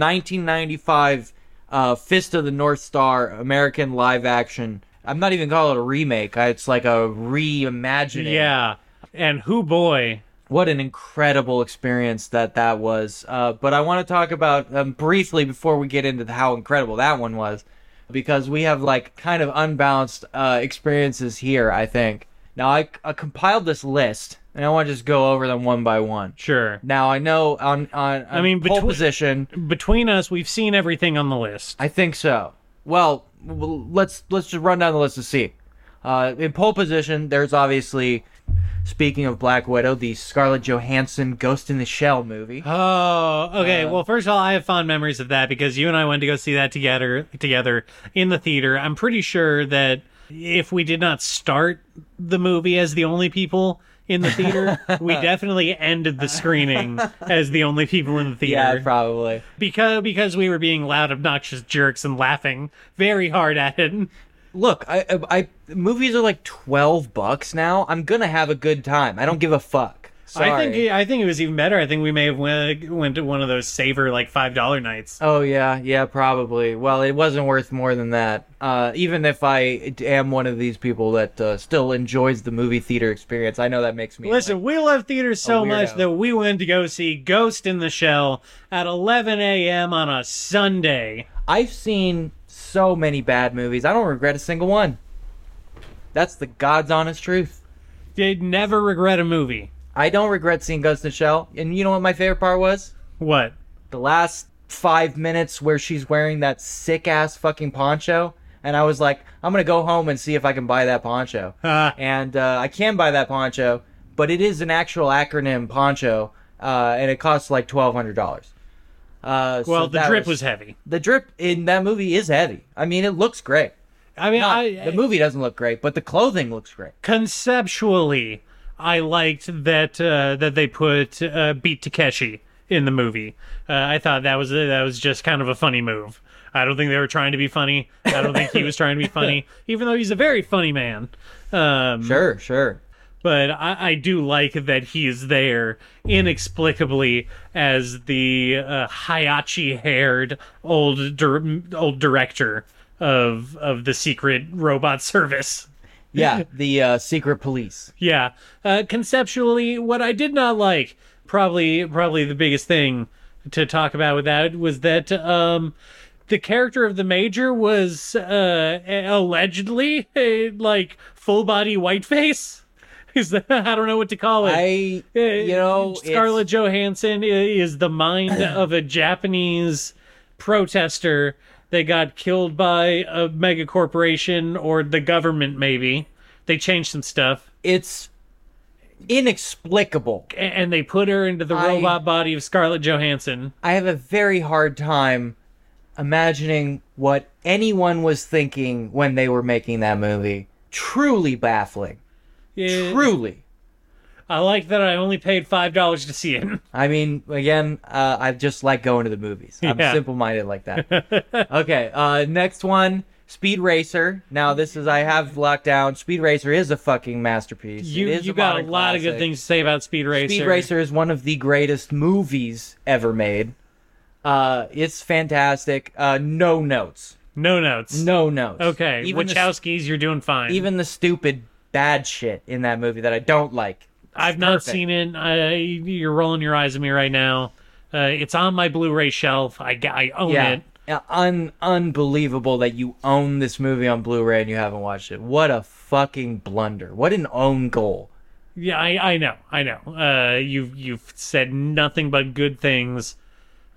1995 uh, Fist of the North Star American live action. I'm not even calling it a remake. I- It's like a reimagining. Yeah, and who boy? What an incredible experience that that was. Uh, but I want to talk about um, briefly before we get into how incredible that one was, because we have like kind of unbalanced uh, experiences here. I think. Now I, I compiled this list, and I want to just go over them one by one. Sure. Now I know on on, I mean, pole between- position. Between us, we've seen everything on the list. I think so. Well, w- let's let's just run down the list to see. Uh, in pole position, there's obviously, speaking of Black Widow, the Scarlett Johansson Ghost in the Shell movie. Oh, okay. Uh, well, first of all, I have fond memories of that because you and I went to go see that together together in the theater. I'm pretty sure that if we did not start the movie as the only people in the theater, we definitely ended the screening as the only people in the Yeah, theater probably. because because we were being loud, obnoxious jerks and laughing very hard at it. Look, I, I I- movies are like twelve bucks now. I'm gonna have a good time. I don't give a fuck. Sorry. I think I think it was even better. I think we may have went, went to one of those saver like five dollar nights. Oh yeah, yeah, probably. Well, it wasn't worth more than that. Uh, even if I am one of these people that uh, still enjoys the movie theater experience, I know that makes me. Listen, we love theater so weirdo. much that we went to go see Ghost in the Shell at 11 a.m. on a Sunday. I've seen so many bad movies. I don't regret a single one. That's the God's honest truth. Did never regret a movie. I don't regret seeing Ghost in the Shell. And you know what my favorite part was? What? The last five minutes where she's wearing that sick ass fucking poncho. And I was like, I'm gonna go home and see if I can buy that poncho. Uh, and uh, I can buy that poncho, but it is an actual acronym poncho, uh, and it costs like twelve hundred dollars. Uh, so Well, the that drip was heavy. the drip in that movie is heavy. I mean, it looks great. I mean, Not- I, the movie doesn't look great, but the clothing looks great. conceptually, I liked that uh, that they put uh, Beat Takeshi in the movie. Uh, I thought that was that was just kind of a funny move. I don't think they were trying to be funny. I don't think he was trying to be funny, even though he's a very funny man. Um, Sure, sure. but I, I do like that he's there inexplicably as the uh, Hayachi-haired old dir- old director of of the secret robot service. Yeah, the uh, secret police. Yeah. Uh, conceptually, what I did not like, probably probably the biggest thing to talk about with that was that um, the character of the major was uh, allegedly a, like full body whiteface. Is that, I don't know what to call it. I, Uh, you know, it's- Scarlett Johansson i- is the mind of a Japanese protester that got killed by a mega corporation or the government. Maybe they changed some stuff. it's inexplicable. a- and they put her into the I- robot body of Scarlett Johansson. I have a very hard time imagining what anyone was thinking when they were making that movie. Truly baffling. Yeah, Truly. I like that I only paid five dollars to see it. I mean, again, uh, I just like going to the movies. I'm Yeah. simple minded like that. okay, uh, next one Speed Racer. Now, this is, I have locked down. Speed Racer is a fucking masterpiece. You it is you a got a modern lot of good classic. things to say about Speed Racer. Speed Racer is one of the greatest movies ever made. Uh, it's fantastic. Uh, no notes. No notes. No notes. Okay, Even the, Wachowskis, you're doing fine. even the stupid bad shit in that movie that I don't like. I've not perfect. seen it. I, you're rolling your eyes at me right now. Uh, it's on my Blu-ray shelf. I, ga- I own Yeah. it. Yeah, Un- unbelievable that you own this movie on Blu-ray and you haven't watched it. What a fucking blunder. What an own goal. Yeah, I, I know, I know. Uh, you've you've said nothing but good things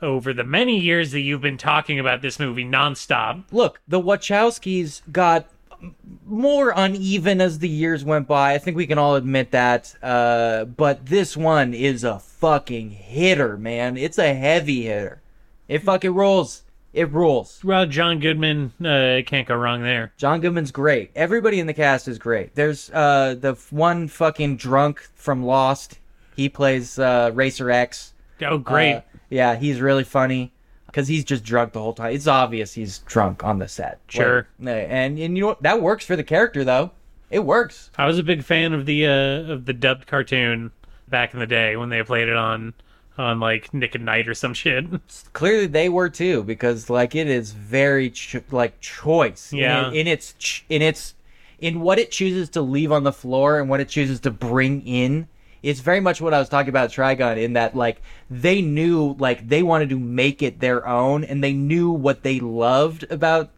over the many years that you've been talking about this movie nonstop. Look, the Wachowskis got m- more uneven as the years went by. I think we can all admit that. Uh, but this one is a fucking hitter, man. It's a heavy hitter. It fucking rolls. It rules. Well, John Goodman uh, can't go wrong there. John Goodman's great. Everybody in the cast is great. There's uh, the f- one fucking drunk from Lost. He plays uh, Racer X. Oh, great. Uh, yeah, he's really funny because he's just drunk the whole time. It's obvious he's drunk on the set. Sure. Like, eh, and and you know what? That works for the character though. It works. I was a big fan of the uh, of the dubbed cartoon back in the day when they played it on on like Nick at Night or some shit. Clearly, they were too because like it is very cho- like choice. in Yeah. it- In, its ch- in its in what it chooses to leave on the floor and what it chooses to bring in. It's very much what I was talking about Trigon in that like they knew like they wanted to make it their own and they knew what they loved about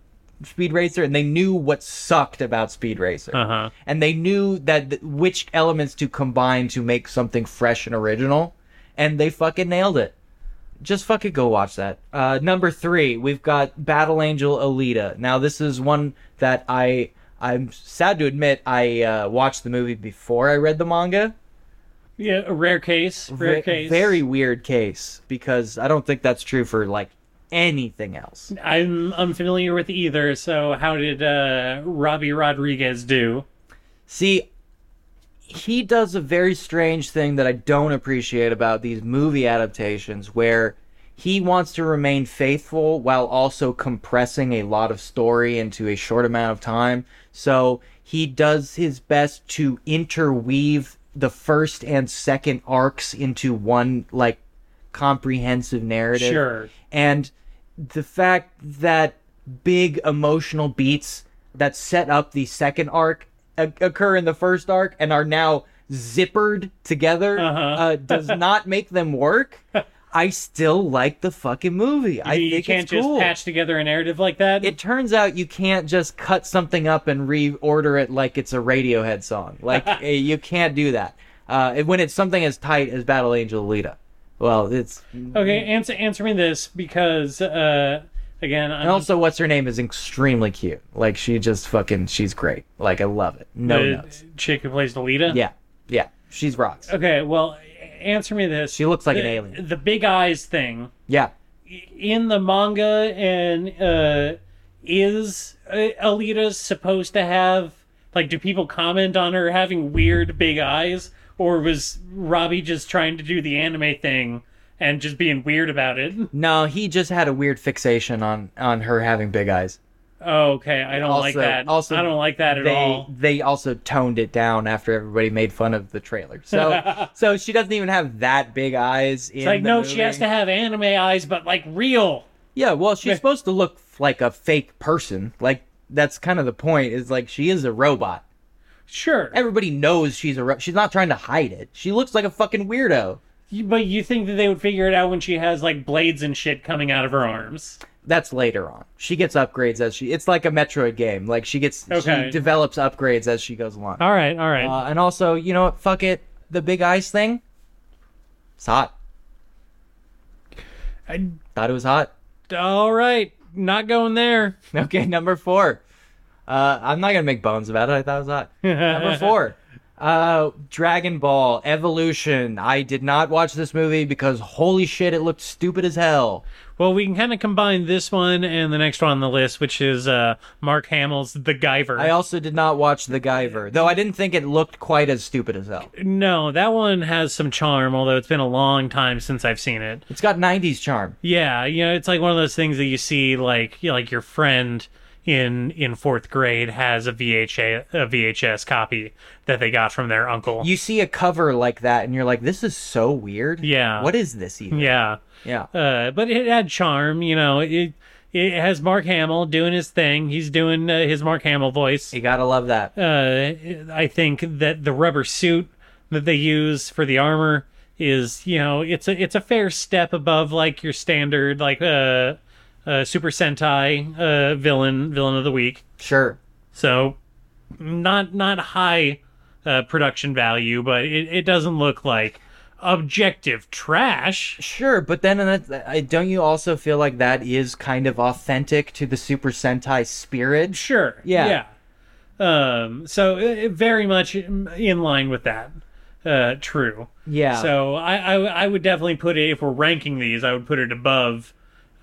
Speed Racer and they knew what sucked about Speed Racer. Uh huh. and they knew that th- which elements to combine to make something fresh and original, and they fucking nailed it. Just fucking go watch that. Uh, number three, we've got Battle Angel Alita. Now this is one that I I'm sad to admit I uh, watched the movie before I read the manga. Yeah, a rare case. Rare Ve- case. Very weird case because I don't think that's true for like anything else. I'm unfamiliar with either. So how did uh, Robbie Rodriguez do? See, he does a very strange thing that I don't appreciate about these movie adaptations where he wants to remain faithful while also compressing a lot of story into a short amount of time. So he does his best to interweave the first and second arcs into one, like, comprehensive narrative Sure. and the fact that big emotional beats that set up the second arc o- occur in the first arc and are now zippered together uh Uh-huh. does not make them work. I still like the fucking movie. I you think can't it's just cool. patch together a narrative like that. it turns out you can't just cut something up and reorder it like it's a Radiohead song. Like eh, you can't do that. Uh, and when it's something as tight as Battle Angel Alita, well, it's okay, answer answer me this because uh, again, I'm And also, what's her name is extremely cute. Like she just fucking, she's great. Like I love it. No the notes. chick who plays Delita. Yeah, yeah. She's rocks. Okay, well, answer me this. She looks like an The- alien. The big eyes thing Yeah. in the manga and uh, is uh, Alita supposed to have like? Do people comment on her having weird big eyes, or was Robbie just trying to do the anime thing and just being weird about it? No, he just had a weird fixation on on her having big eyes. Oh, okay, I don't like Also- that. also, I don't like that at they all. they also toned it down after everybody made fun of the trailer. So so she doesn't even have that big eyes. In It's like the no, she movie. has to have anime eyes, but like real. Yeah, well, she's supposed to look like a fake person. Like that's kind of the point. Is like she is a robot. Sure, Everybody knows she's a. Ro- she's not trying to hide it. She looks like a fucking weirdo. You- but you think that they would figure it out when she has like blades and shit coming out of her arms? That's later on. She gets upgrades as she. It's like a Metroid game. Like she gets. Okay. She develops upgrades as she goes along. All right, all right. Uh, and also, you know what? Fuck it. The big eyes thing. It's hot. I- Thought it was hot. all right, not going there. Okay, number four. Uh, I'm not gonna make bones about it. I thought it was hot. Number four. Uh, Dragon Ball Evolution. I did not watch this movie because holy shit, it looked stupid as hell. Well, we can kind of combine this one and the next one on the list, which is uh, Mark Hamill's The Guyver. I also did not watch The Guyver, though I didn't think it looked quite as stupid as hell. no, that one has some charm, although it's been a long time since I've seen it. It's got '90s charm. Yeah, you know, it's like one of those things that you see, like you know, like your friend in in fourth grade has a VHA a VHS copy that they got from their uncle. You see a cover like that, and you're like, "This is so weird." Yeah. What is this even? yeah, Yeah. uh, but it had charm. You know, it it has Mark Hamill doing his thing. He's doing uh, his Mark Hamill voice. You gotta love that. uh, I think that the rubber suit that they use for the armor is, you know, it's a it's a fair step above like your standard like uh, uh Super Sentai uh villain villain of the week. Sure. So not not high uh, production value, but it, it doesn't look like objective trash. Sure, but then that, I- don't you also feel like that is kind of authentic to the Super Sentai spirit? Sure. Yeah. Yeah. Um so uh, very much in line with that. Uh true. Yeah. So I, I I would definitely put it if we're ranking these, I would put it above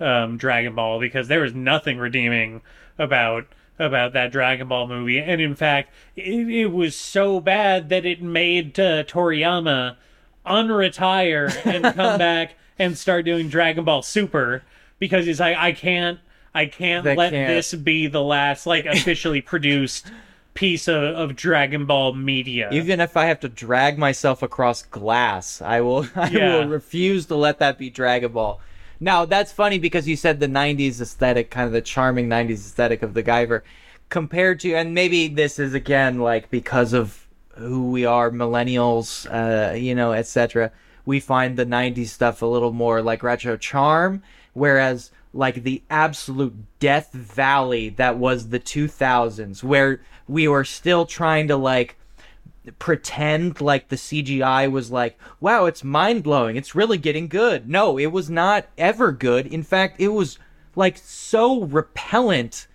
um, Dragon Ball because there was nothing redeeming about about that Dragon Ball movie, and in fact, it, it was so bad that it made uh, Toriyama unretire and come back and start doing Dragon Ball Super because he's like, I can't, I can't They let can't. this be the last like officially produced piece of, of Dragon Ball media. Even if I have to drag myself across glass, I will. I Yeah. will refuse to let that be Dragon Ball. Now that's funny because you said the '90s aesthetic, kind of the charming '90s aesthetic of the Guyver, compared to, and maybe this is again like because of who we are, millennials, uh, you know, etc. We find the '90s stuff a little more like retro charm, whereas like the absolute death valley that was the 2000s, where we were still trying to like pretend like the CGI was like, wow, it's mind blowing. It's really getting good. No, it was not ever good. In fact, it was like so repellent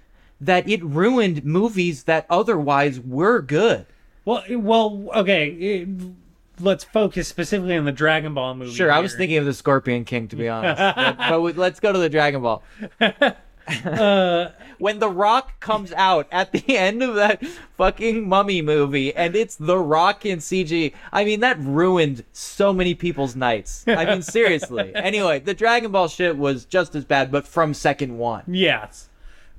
that it ruined movies that otherwise were good. Well, well, okay. eh, Let's focus specifically on the Dragon Ball movie. Sure, I was here. thinking of the Scorpion King to be honest, but, but we, let's go to the Dragon Ball. Uh, when The Rock comes out at the end of that fucking Mummy movie, and it's The Rock in CG, I mean that ruined so many people's nights. I mean seriously. anyway, the Dragon Ball shit was just as bad, but from second one. Yes.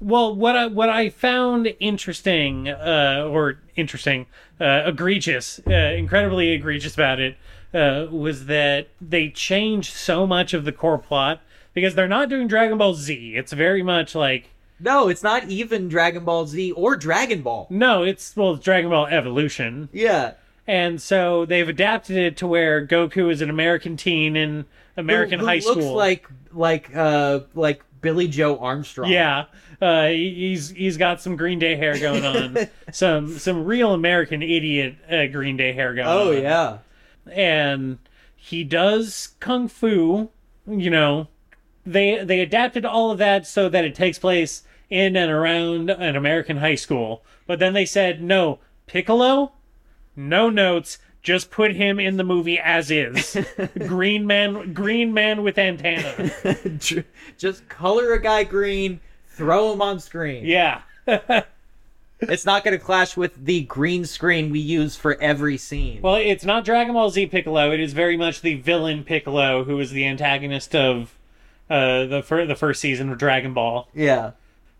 Well, what I what I found interesting, uh, or interesting, uh, egregious, uh, incredibly egregious about it, uh, was that they changed so much of the core plot because they're not doing Dragon Ball Z. It's very much like No, it's not even Dragon Ball Z or Dragon Ball. no, it's well, it's Dragon Ball Evolution, Yeah. and so they've adapted it to where Goku is an American teen in American Who- who high looks school. like like uh like Billy Joe Armstrong. Yeah, uh, he- he's he's got some Green Day hair going on, some some real American idiot uh, Green Day hair going Oh on. yeah. and he does kung fu. You know, they they adapted all of that so that it takes place in and around an American high school. But then they said no, Piccolo, no notes, Just put him in the movie as is. green man, green man with antenna. Ju- Just color a guy green, throw him on screen. Yeah. It's not going to clash with the green screen we use for every scene. Well, it's not Dragon Ball Z Piccolo. It is very much the villain Piccolo, who is the antagonist of uh, the fir- the first season of Dragon Ball. yeah.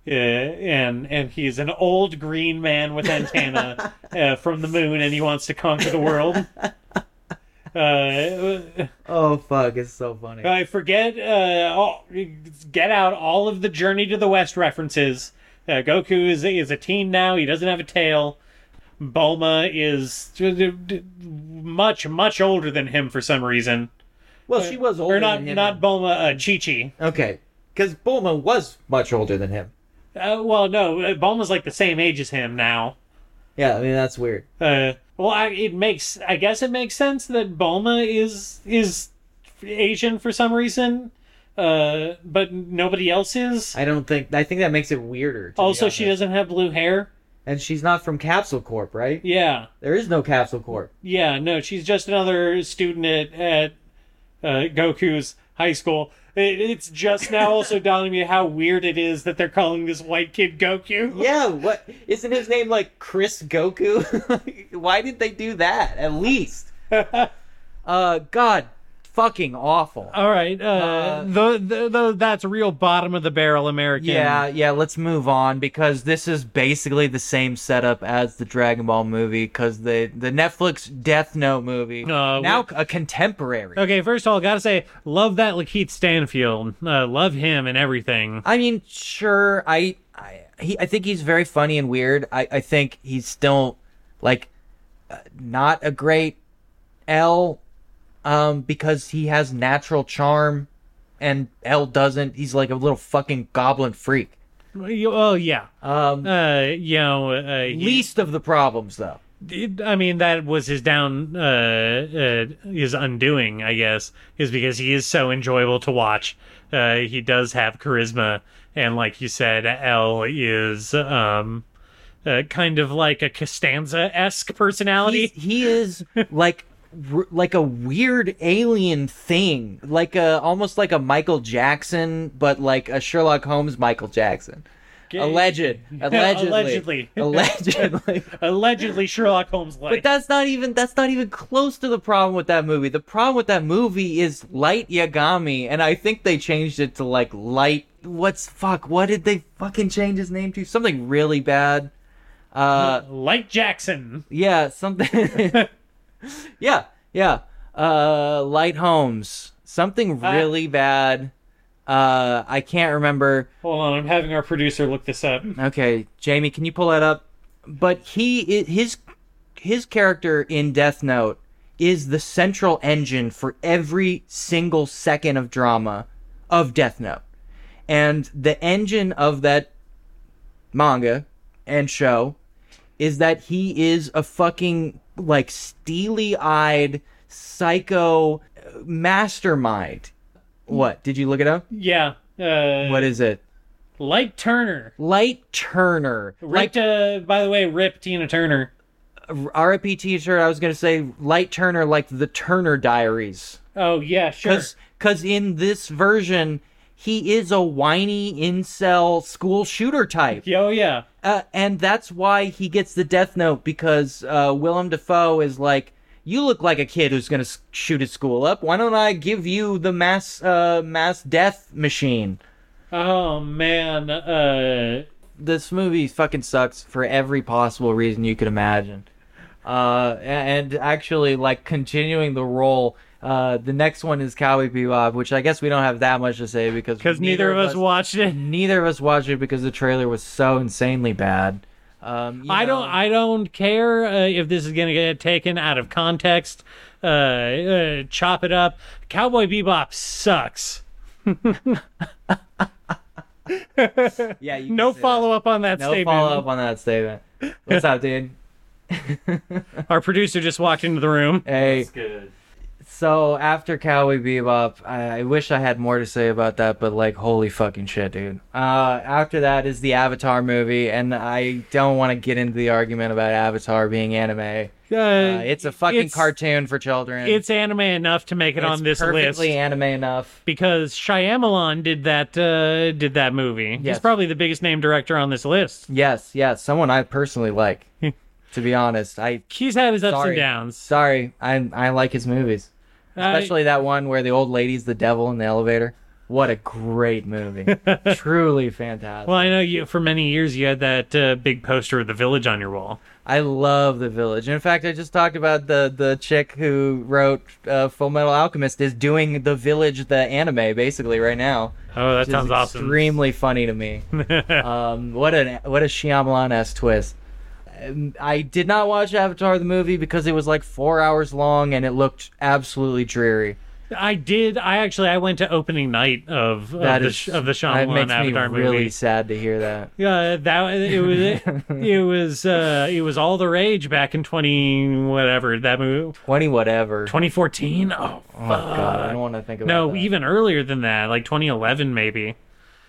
Uh, and and he's an old green man with antenna uh, from the moon, and he wants to conquer the world. Uh, Oh fuck, it's so funny. I forget. Uh, all, get out all of the Journey to the West references. Uh, Goku is is a teen now. He doesn't have a tail. Bulma is much much older than him for some reason. Well, she was older or not than him. not Bulma, uh, Chi Chi. Okay. Because Bulma was much older than him. Uh, well, no, uh, Bulma's like the same age as him now. Yeah, I mean, that's weird. Uh, well, I, it makes I guess it makes sense that Bulma is is Asian for some reason, uh, but nobody else is. I don't think. I think that makes it weirder. to be also, she honest. doesn't have blue hair. And she's not from Capsule Corp, right? Yeah, There is no Capsule Corp. yeah, no, she's just another student at, at uh, Goku's high school. It, it's just now also dawning on me how weird it is that they're calling this white kid Goku. Yeah, what? Isn't his name like Chris Goku? Why did they do that? At least. uh, God, fucking awful. All right, uh, Uh, though, though that's real bottom of the barrel American. Yeah, yeah, let's move on because this is basically the same setup as the Dragon Ball movie because the, the Netflix Death Note movie, Uh, now a contemporary. Okay, first of all, gotta say, love that Lakeith Stanfield. Uh, love him and everything. I mean, sure, I, I, he, I think he's very funny and weird. I, I think he's still, like, uh, not a great L, um, because he has natural charm, and L doesn't. He's like a little fucking goblin freak. Oh yeah, Um, uh, you know, uh, he- least of the problems though. it- I mean, that was his down, uh, uh, his undoing, I guess, is because he is so enjoyable to watch. Uh, he does have charisma, and like you said, L is um, uh, kind of like a Costanza esque He's- personality. he is like r- like a weird alien thing like a almost like a michael jackson but like a sherlock holmes michael jackson alleged allegedly Allegedly. allegedly Allegedly, Sherlock Holmes but like. that's not even that's not even close to the problem with that movie the problem with that movie is light yagami and i think they changed it to like light what's fuck what did they fucking change his name to something really bad uh Light Jackson. yeah, something. yeah, yeah. Uh, Light Homes. Something Ah. really bad. Uh, I can't remember. Hold on, I'm having our producer look this up. Okay, Jamie, can you pull that up? But he i- his his character in Death Note is the central engine for every single second of drama of Death Note. And the engine of that manga and show is that he is a fucking like steely-eyed psycho uh, mastermind. What? Did you look it up? Yeah. Uh, What is it? Light Turner. Light Turner. Like Ripped, uh, by the way, Rip Tina Turner. RIP t-shirt I was going to say Light Turner like the Turner Diaries Oh, yeah, sure. cuz cuz in this version he is a whiny incel school shooter type. Yeah, Oh, yeah. Uh, and that's why he gets the death note because uh, Willem Dafoe is like you look like a kid who's going to shoot his school up. Why don't I give you the mass uh, mass death machine? Oh, man. Uh, this movie fucking sucks for every possible reason you could imagine. Uh, and actually, like continuing the role, uh, the next one is Cowboy Bebop, which I guess we don't have that much to say because because neither, of us, watched it. neither of us watched it because the trailer was so insanely bad. Um, you I know- don't. I don't care uh, if this is gonna get taken out of context. Uh, uh, chop it up. Cowboy Bebop sucks. yeah, you can No say that. follow up on that No statement. follow up on that statement. What's up, dude? Our producer just walked into the room. Hey. good. So after Cowboy Bebop, I, I wish I had more to say about that, but like, holy fucking shit, dude. Uh, after that is the Avatar movie, and I don't want to get into the argument about Avatar being anime. Uh, Uh, it's a fucking it's- cartoon for children. It's anime enough to make it on It's this list perfectly anime enough. because Shyamalan did that uh, did that movie. Yes. He's probably the biggest name director on this list. Yes, yes. Someone I personally like. to be honest, I He's had his ups Sorry. and downs. sorry. I I like his movies, I- especially that one where the old lady's the devil in the elevator. What a great movie! Truly fantastic. well, I know you for many years you had that uh, big poster of the village on your wall. I love The Village. In fact, I just talked about the the chick who wrote uh, Full Metal Alchemist is doing The Village, the anime, basically right now. Oh, that which is sounds awesome. Extremely funny to me. um, what an what a Shyamalan esque twist. Um, I did not watch Avatar the movie because it was like four hours long and it looked absolutely dreary. I did. I actually I went to opening night of of, That the, is sh of the that Shyamalan makes Avatar me really movie. sad to hear that. Yeah, that it was it was uh, it was all the rage back in twenty whatever that movie Twenty whatever. twenty fourteen. Oh, Oh my god, I don't want to think about no, that. even earlier than that, like twenty eleven maybe.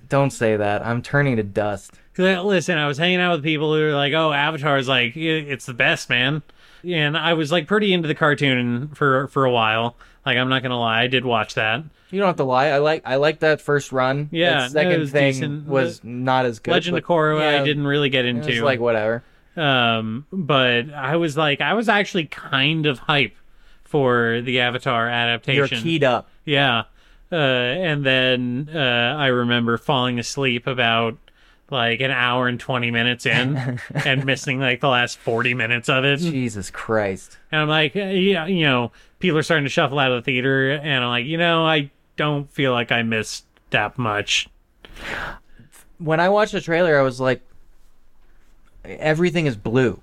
Don't say that. I'm turning to dust. 'Cause, uh, Listen, I was hanging out with people who were like, "Oh, Avatar is like i- it's the best, man," and I was like pretty into the cartoon for for a while. Like, I'm not gonna lie, I did watch that. You don't have to lie. I like I like that first run. Yeah, that no, it second was thing decent. was not as good. Legend of but, Korra, yeah, I didn't really get It into. was like whatever. um but i was like i was actually kind of hype for the avatar You're adaptation keyed up. yeah uh and then uh i remember falling asleep about like an hour and 20 minutes in and missing like the last 40 minutes of it and Jesus Christ. i'm like uh, yeah you know people are starting to shuffle out of the theater and i'm like you know i don't feel like i missed that much When I watched the trailer, I was like, everything is blue.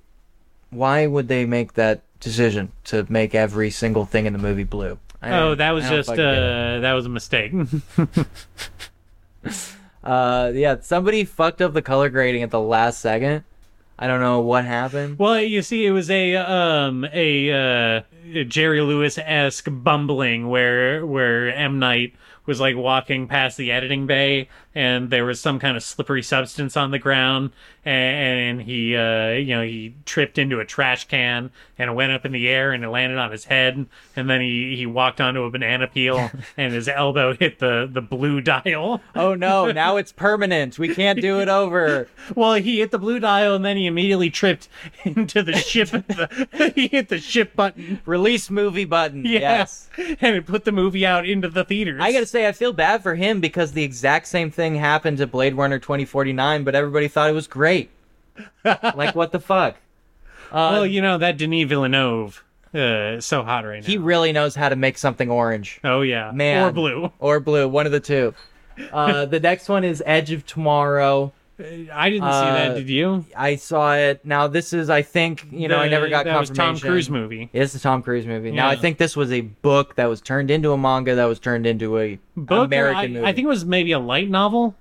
Why would they make that decision to make every single thing in the movie blue? I oh don't- that was I don't just uh fucking get it. that was a mistake uh, yeah. Somebody fucked up the color grading at the last second. I don't know what happened. Well, you see, it was a um a uh, Jerry Lewis esque bumbling where where M Night was like walking past the editing bay and there was some kind of slippery substance on the ground and, and he uh you know he tripped into a trash can and it went up in the air and it landed on his head and then he he walked onto a banana peel and his elbow hit the the blue dial Oh no! Now it's permanent. We can't do it over. Well, he hit the blue dial and then he immediately tripped into the ship. he hit the ship button. Release movie button. Yes. and it put the movie out into the theaters. I gotta say, I feel bad for him because the exact same thing happened to Blade Runner 2049, but everybody thought it was great. like, what the fuck? uh, Well, you know that Denis Villeneuve, uh, is so hot right now. He really knows how to make something orange oh yeah, Man. or blue. or blue, one of the two. Uh, the next one is Edge of Tomorrow. I didn't see Uh, that. Did you? I saw it. Now, this is, I think, you know, I The- never got that was confirmation. Tom Cruise movie, It's the Tom Cruise movie. Now, I Yeah. think this was a book that was turned into a manga that was turned into a Book, American I, movie. I think it was maybe a light novel.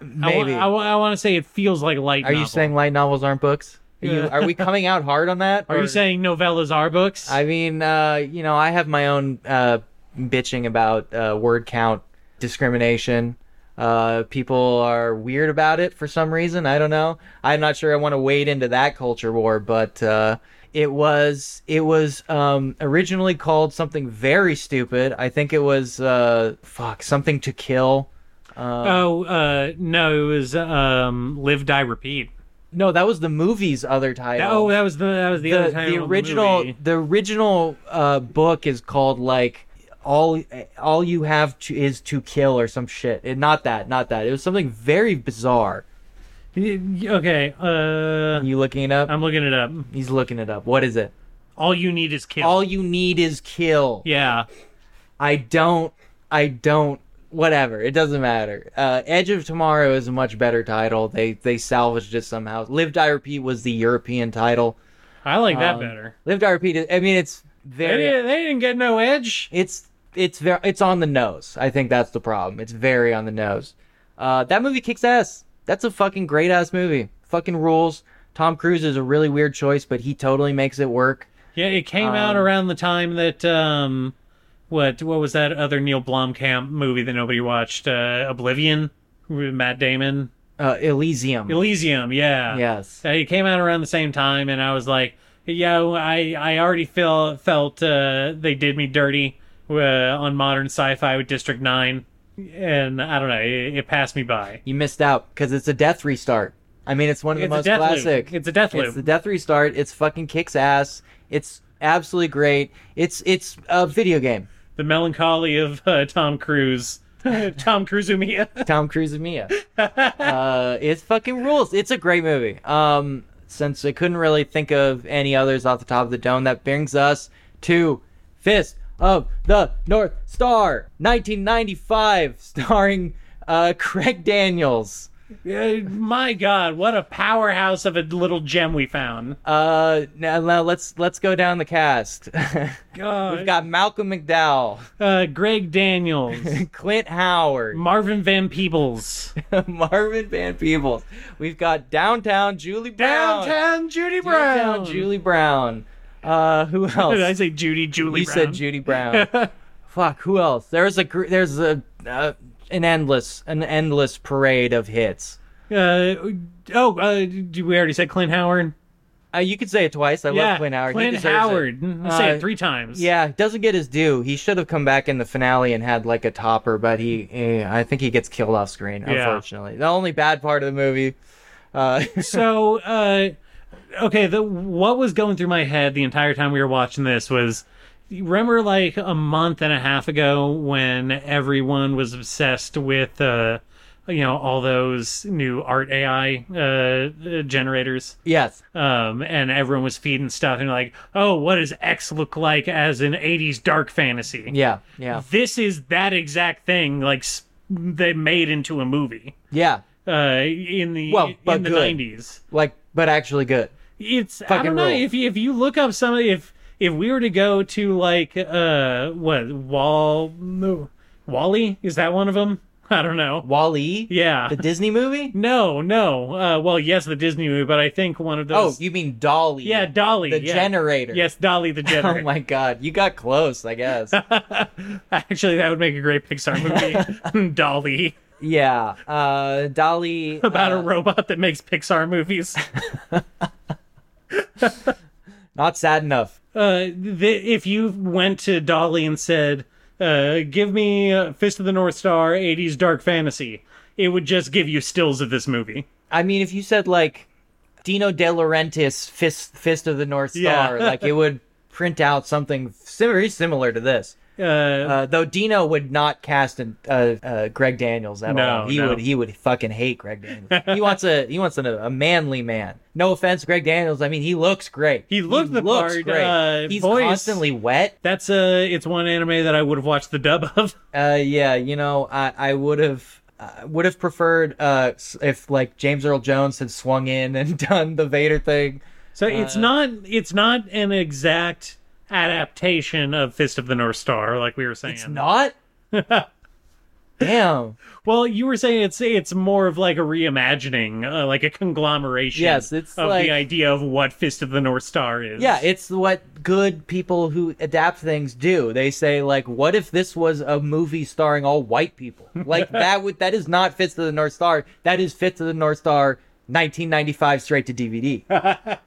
I wa- maybe. I, want to say it feels like light. Are you saying light novels aren't books? Are, you, Yeah. are we coming out hard on that? Are or- you saying novellas are books? I mean, uh, you know, I have my own uh, bitching about uh, word count discrimination. Uh, people are weird about it for some reason. I don't know. I'm not sure I want to wade into that culture war, but uh, it was it was um, originally called something very stupid. I think it was uh, fuck something to kill. oh uh, no, it was um, Live, Die, Repeat. No, that was the movie's other title. Oh, that was the that was the, the, other the title of original the, movie. original uh, book is called like all all you have to is to kill or some shit. It, not that, not that. It was something very bizarre. Y- Okay, uh, You looking it up? I'm looking it up. He's looking it up. What is it? All you need is kill. All you need is kill. yeah, I don't. I don't. Whatever. It doesn't matter. Uh, Edge of Tomorrow is a much better title. They they salvaged it somehow. Live Die Repeat was the European title. I like that Um, better. Live Die Repeat. Is, I mean, it's They very. didn't, they didn't get no edge. it's it's very it's on the nose. I think that's the problem. It's very on the nose. Uh, that movie kicks ass. That's a fucking great ass movie. Fucking rules. Tom Cruise is a really weird choice, but he totally makes it work. Yeah, it came out Um, around the time that um, what what was that other Neil Blomkamp movie that nobody watched? Uh, Oblivion with Matt Damon. Uh, Elysium. Elysium. Yeah. Yes. Uh, It came out around the same time, and I was like, yo, I I already feel felt uh, they did me dirty uh, on modern sci-fi with District Nine, and I don't know, it, it passed me by. You missed out because it's a death restart. I mean, it's one of the It's a most death classic. loop. It's a death It's the loop. death restart. It's fucking kicks ass. It's absolutely great. It's it's a video game. The melancholy of uh, Tom Cruise. Tom Cruise Uh, Umia. Tom Cruise and Mia. uh, it's fucking rules. It's a great movie. Um, since I couldn't really think of any others off the top of the dome, that brings us to Fist of the North Star, 1995, starring uh, Craig Daniels. Uh, my God, what a powerhouse of a little gem we found. Uh, now, now let's let's go down the cast. God. We've got Malcolm McDowell, uh, Greg Daniels, Clint Howard, Marvin Van Peebles, Marvin Van Peebles. We've got Downtown Julie Brown. Downtown Judy Downtown Brown. Julie Brown. Uh, who else? Did I say Judy? Julie you Brown. said Judy Brown. Fuck, who else? There's a gr- there's a uh, an endless an endless parade of hits. Uh, oh, uh, d- we already said Clint Howard. Uh, you could say it twice. I yeah, love Clint Howard. He Clint deserves it. Howard. Mm, say Uh, it three times. Yeah, doesn't get his due. He should have come back in the finale and had like a topper, but he, eh, I think he gets killed off screen. Yeah. Unfortunately, the only bad part of the movie. Uh, So, uh, okay, the what was going through my head the entire time we were watching this was. you Remember, like a month and a half ago, when everyone was obsessed with, uh, you know, all those new art AI uh, uh, generators. yes, um, and everyone was feeding stuff and like, oh, what does X look like as an '80s dark fantasy? yeah, yeah, This is that exact thing, like s- they made into a movie yeah. uh, in the Well, but in the good. '90s. Like, but actually good. It's I Fucking don't know rule. if you, if you look up some if if we were to go to like uh what Wall no, Wally is that one of them? I don't know. Wall-E, Yeah. the Disney movie. no, no. Uh, well, yes, the Disney movie, but I think one of Oh, those. you mean Dolly? yeah, Dolly. the yeah. generator. Yes, Dolly the generator. Oh my God, you got close, I guess. Actually, that would make a great Pixar movie, Dolly, yeah, uh, Dolly. about uh, a robot that makes Pixar movies. not sad enough. Uh, th- if you went to Dolly and said, uh, "Give me uh, Fist of the North Star, '80s dark fantasy," it would just give you stills of this movie. I mean, if you said like Dino De Laurentiis Fist Fist of the North Yeah. Star, like it would print out something sim- very similar to this. Uh, Uh, though Dino would not cast an, uh, uh, Greg Daniels at No, all. He no. would he would fucking hate Greg Daniels. he wants a he wants an, a manly man. No offense, Greg Daniels. I mean, he looks great. He looked the looks part, Great. uh, He's voice- constantly wet. that's uh, it's one anime that I would have watched the dub of. Uh, yeah, you know, I, I would have I would have preferred uh, s- if like James Earl Jones had swung in and done the Vader thing. So it's Uh, not it's not an exact adaptation of Fist of the North Star, like we were saying. It's not. Damn. Well, you were saying it's it's more of like a reimagining, uh, like a conglomeration. Yes, it's of like- the idea of what Fist of the North Star is. Yeah, it's what good people who adapt things do. They say like, "What if this was a movie starring all white people?" Like that would that is not Fist of the North Star. That is Fist of the North Star, 1995, straight to DVD.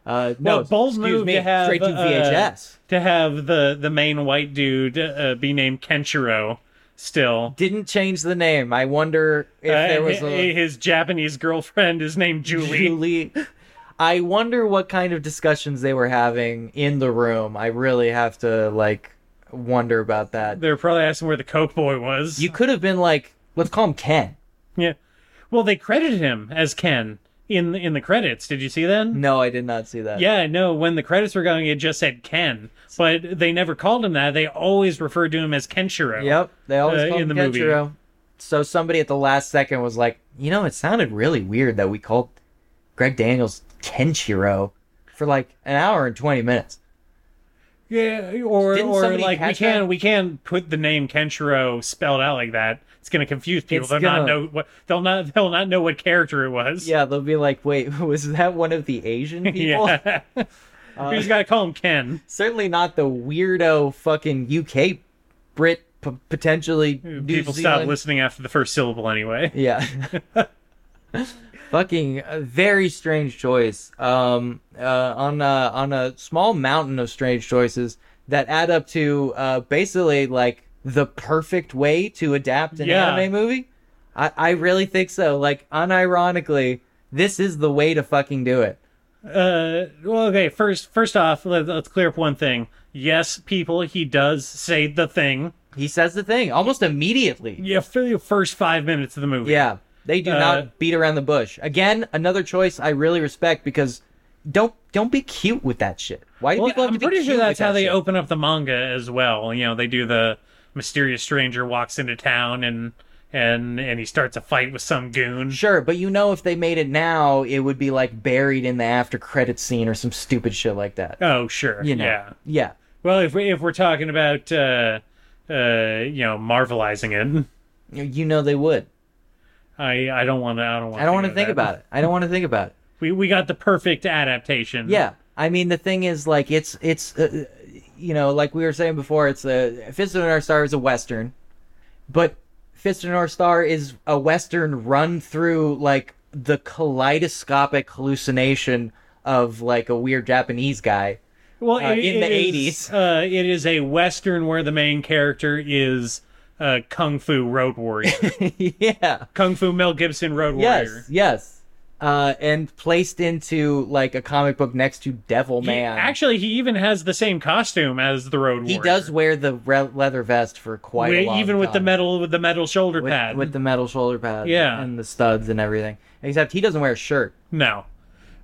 Uh, no, Well, bold excuse move me, to have straight to uh, VHS. to have the the main white dude uh, be named Kenshiro. Still, Didn't change the name. I wonder if Uh, there was hi- a his Japanese girlfriend is named Julie. Julie. I wonder what kind of discussions they were having in the room. I really have to like wonder about that. They're probably asking where the Coke boy was. You could have been like, let's call him Ken. yeah. Well, they credited him as Ken in in the credits. Did you see that? No, I did not see that. Yeah, no, when the credits were going, it just said Ken, but they never called him that. They always referred to him as Kenshiro. Yep. They always Uh, call in him the movie. Kenshiro. So somebody at the last second was like, you know, it sounded really weird that we called Greg Daniels Kenshiro for like an hour and twenty minutes. Yeah, or Didn't or somebody like we catch can that? not we can not put the name Kenshiro spelled out like that. It's gonna confuse people. It's they'll gonna- not know what they'll not they'll not know what character it was. Yeah, they'll be like, wait, was that one of the Asian people? Uh, yeah. we just gotta call him Ken. certainly not the weirdo fucking UK Brit p- potentially New People Zealand. stop listening after the first syllable anyway. Yeah. Fucking uh, very strange choice. Um, uh, on a, on a small mountain of strange choices that add up to uh, basically like the perfect way to adapt an Yeah. anime movie. I, I really think so. Like unironically, this is the way to fucking do it. Uh, well, okay. First, first off, let, let's clear up one thing. Yes, people, he does say the thing. He says the thing almost immediately. Yeah, for the first five minutes of the movie. Yeah, they do Uh, not beat around the bush. Again, another choice I really respect because don't don't be cute with that shit. Why do Well, people have I'm to be pretty cute sure that's with that how they shit? open up the manga as well. You know, they do the mysterious stranger walks into town and and and he starts a fight with some goon. Sure, but you know if they made it now, it would be like buried in the after credit scene or some stupid shit like that. Oh, sure. You know? Yeah. Yeah. Well, if we, if we're talking about uh uh you know marvelizing it, You know they would. I I don't want to I don't want I don't want to think about it. I don't want to think about it. We we got the perfect adaptation. Yeah. I mean the thing is like it's it's uh, you know like we were saying before it's a Fist of the North Star is a western, but Fist of the North Star is a western run through like the kaleidoscopic hallucination of like a weird Japanese guy. Well, uh, in the is, 80s. uh, it is a western where the main character is uh, Kung Fu Road Warrior, yeah. Kung Fu Mel Gibson Road Warrior. Yes, yes. Uh, and placed into like a comic book next to Devil He- Man. actually, he even has the same costume as the Road he Warrior. does wear the re- leather vest for quite a Wi- long even with the time. metal with the metal shoulder with, pad. with the metal shoulder pad, Yeah. and the studs and everything. Except he doesn't wear a shirt. no.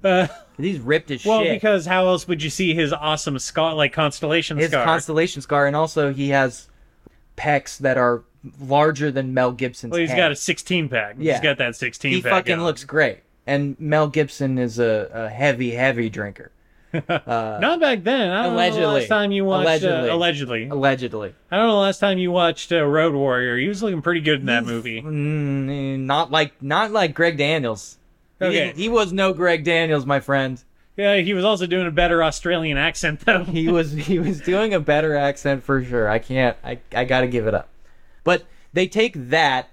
Uh, He's ripped as well, shit. because how else would you see his awesome scar, like constellation his scar? constellation scar, and also he has pecs that are larger than Mel Gibson's. well, he's head. got a 16 pack. Yeah. He's got that 16 he pack. fucking going. looks great. And Mel Gibson is a, a heavy, heavy drinker, Not back then. I don't Know the uh, Allegedly. last time you watched uh, Allegedly. allegedly. allegedly. I don't know the last time you watched uh, Road Warrior. He was looking pretty good in that movie. Mm, not like not like Greg Daniels. He, Okay. didn't- he was no Greg Daniels, my friend. Yeah, he was also doing a better Australian accent though. He was he was doing a better accent for sure. I can't. I I gotta give it up. But they take that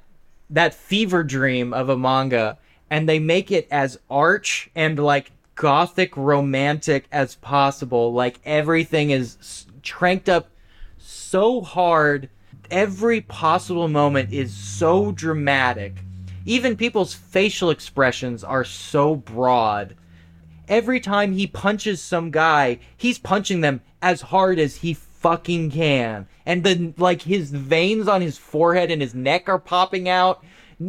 that fever dream of a manga and they make it as arch and like gothic romantic as possible. Like everything is s- tranked up so hard. Every possible moment is so dramatic. Even people's facial expressions are so broad. Every time he punches some guy, he's punching them as hard as he fucking can. And then, like, his veins on his forehead and his neck are popping out.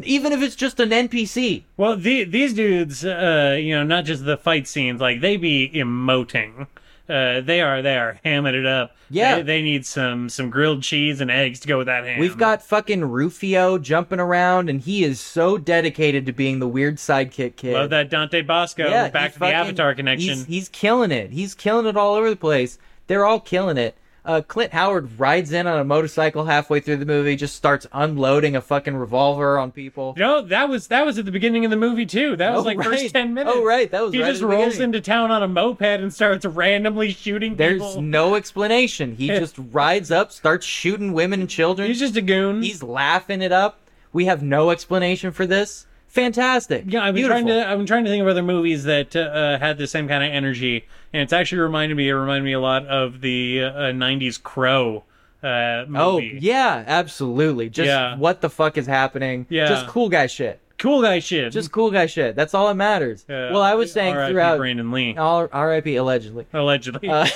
Even if it's just an NPC. Well, the, these dudes, uh, you know, not just the fight scenes, like they be emoting. Uh, they are they are hamming it up. Yeah. they, they need some some grilled cheese and eggs to go with that ham. We've got fucking Rufio jumping around, and he is so dedicated to being the weird sidekick kid. love that Dante Bosco. Yeah, back to he the fucking- Avatar connection. He's, he's killing it. He's killing it all over the place. They're all killing it. Uh, Clint Howard rides in on a motorcycle halfway through the movie, just starts unloading a fucking revolver on people. You know, that was that was at the beginning of the movie too. That was Oh, like right. first ten minutes. Oh, right, that was He right just at the rolls beginning. into town on a moped and starts randomly shooting There's people. no explanation. He just rides up, starts shooting women and children. He's just a goon. He's laughing it up. We have no explanation for this. Fantastic. Yeah, I've been Beautiful. trying to. I've been trying to think of other movies that uh, uh, had the same kind of energy, and it's actually reminded me. It reminded me a lot of the uh, '90s Crow uh, movie. Oh yeah, absolutely. Just Yeah. what the fuck is happening? Yeah. Just cool guy shit. cool guy shit. Just cool guy shit. That's all that matters. Uh, well, I was saying R.I.P. throughout Brandon Lee, all R.I.P. allegedly. allegedly. Uh,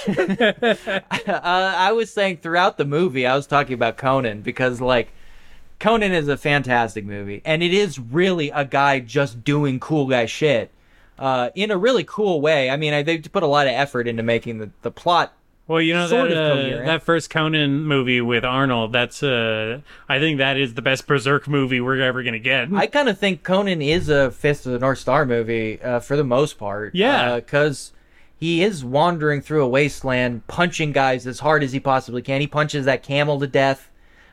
uh, I was saying throughout the movie, I was talking about Conan because like Conan is a fantastic movie, and it is really a guy just doing cool guy shit uh, in a really cool way. I mean, I, they put a lot of effort into making the, the plot. well, you know sort that of uh, coherent. that first Conan movie with Arnold. That's uh, I think that is the best Berserk movie we're ever gonna get. I kind of think Conan is a Fist of the North Star movie uh, for the most part. Yeah. because. he is wandering through a wasteland, punching guys as hard as he possibly can. He punches that camel to death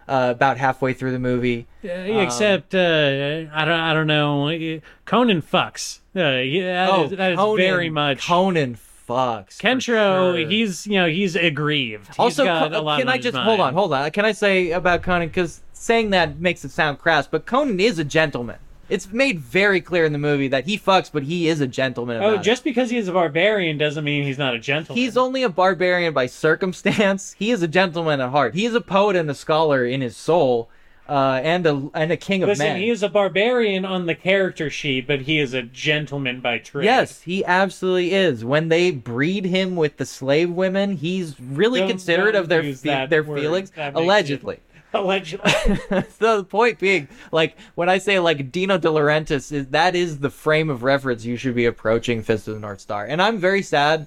uh, about halfway through the movie. Uh, Except uh, I don't. I don't know. uh, Conan fucks. Uh, yeah, that is- that is Oh, Conan- very much. Conan fucks. for Kenshiro, sure. he's you know he's aggrieved. He's also. got Co- a lot can on I his just mind. hold on? Hold on. Can I say about Conan? Because saying that makes it sound crass, but Conan is a gentleman. It's made very clear in the movie that he fucks, but he is a gentleman. Oh, about it. just because he's a barbarian doesn't mean he's not a gentleman. He's only a barbarian by circumstance. He is a gentleman at heart. He is a poet and a scholar in his soul, uh, and a and a king of Listen, men. he is a barbarian on the character sheet, but he is a gentleman by trade. yes, he absolutely is. When they breed him with the slave women, he's really Don't- considerate don't of their use fe- that their word. feelings, That makes it- allegedly. Allegedly. so the point being, like when I say like Dino De Laurentiis is that is the frame of reference you should be approaching Fist of the North Star. And I'm very sad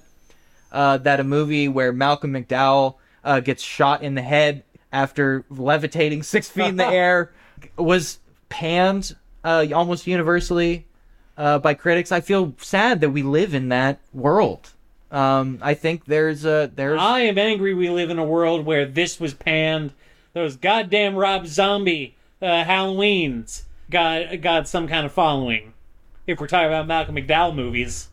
uh, that a movie where Malcolm McDowell uh, gets shot in the head after levitating six feet in the air was panned uh, almost universally uh, by critics. I feel sad that we live in that world. Um, I think there's a there's I am angry we live in a world where this was panned. Those goddamn Rob Zombie uh, Halloweens got, got some kind of following. If we're talking about Malcolm McDowell movies,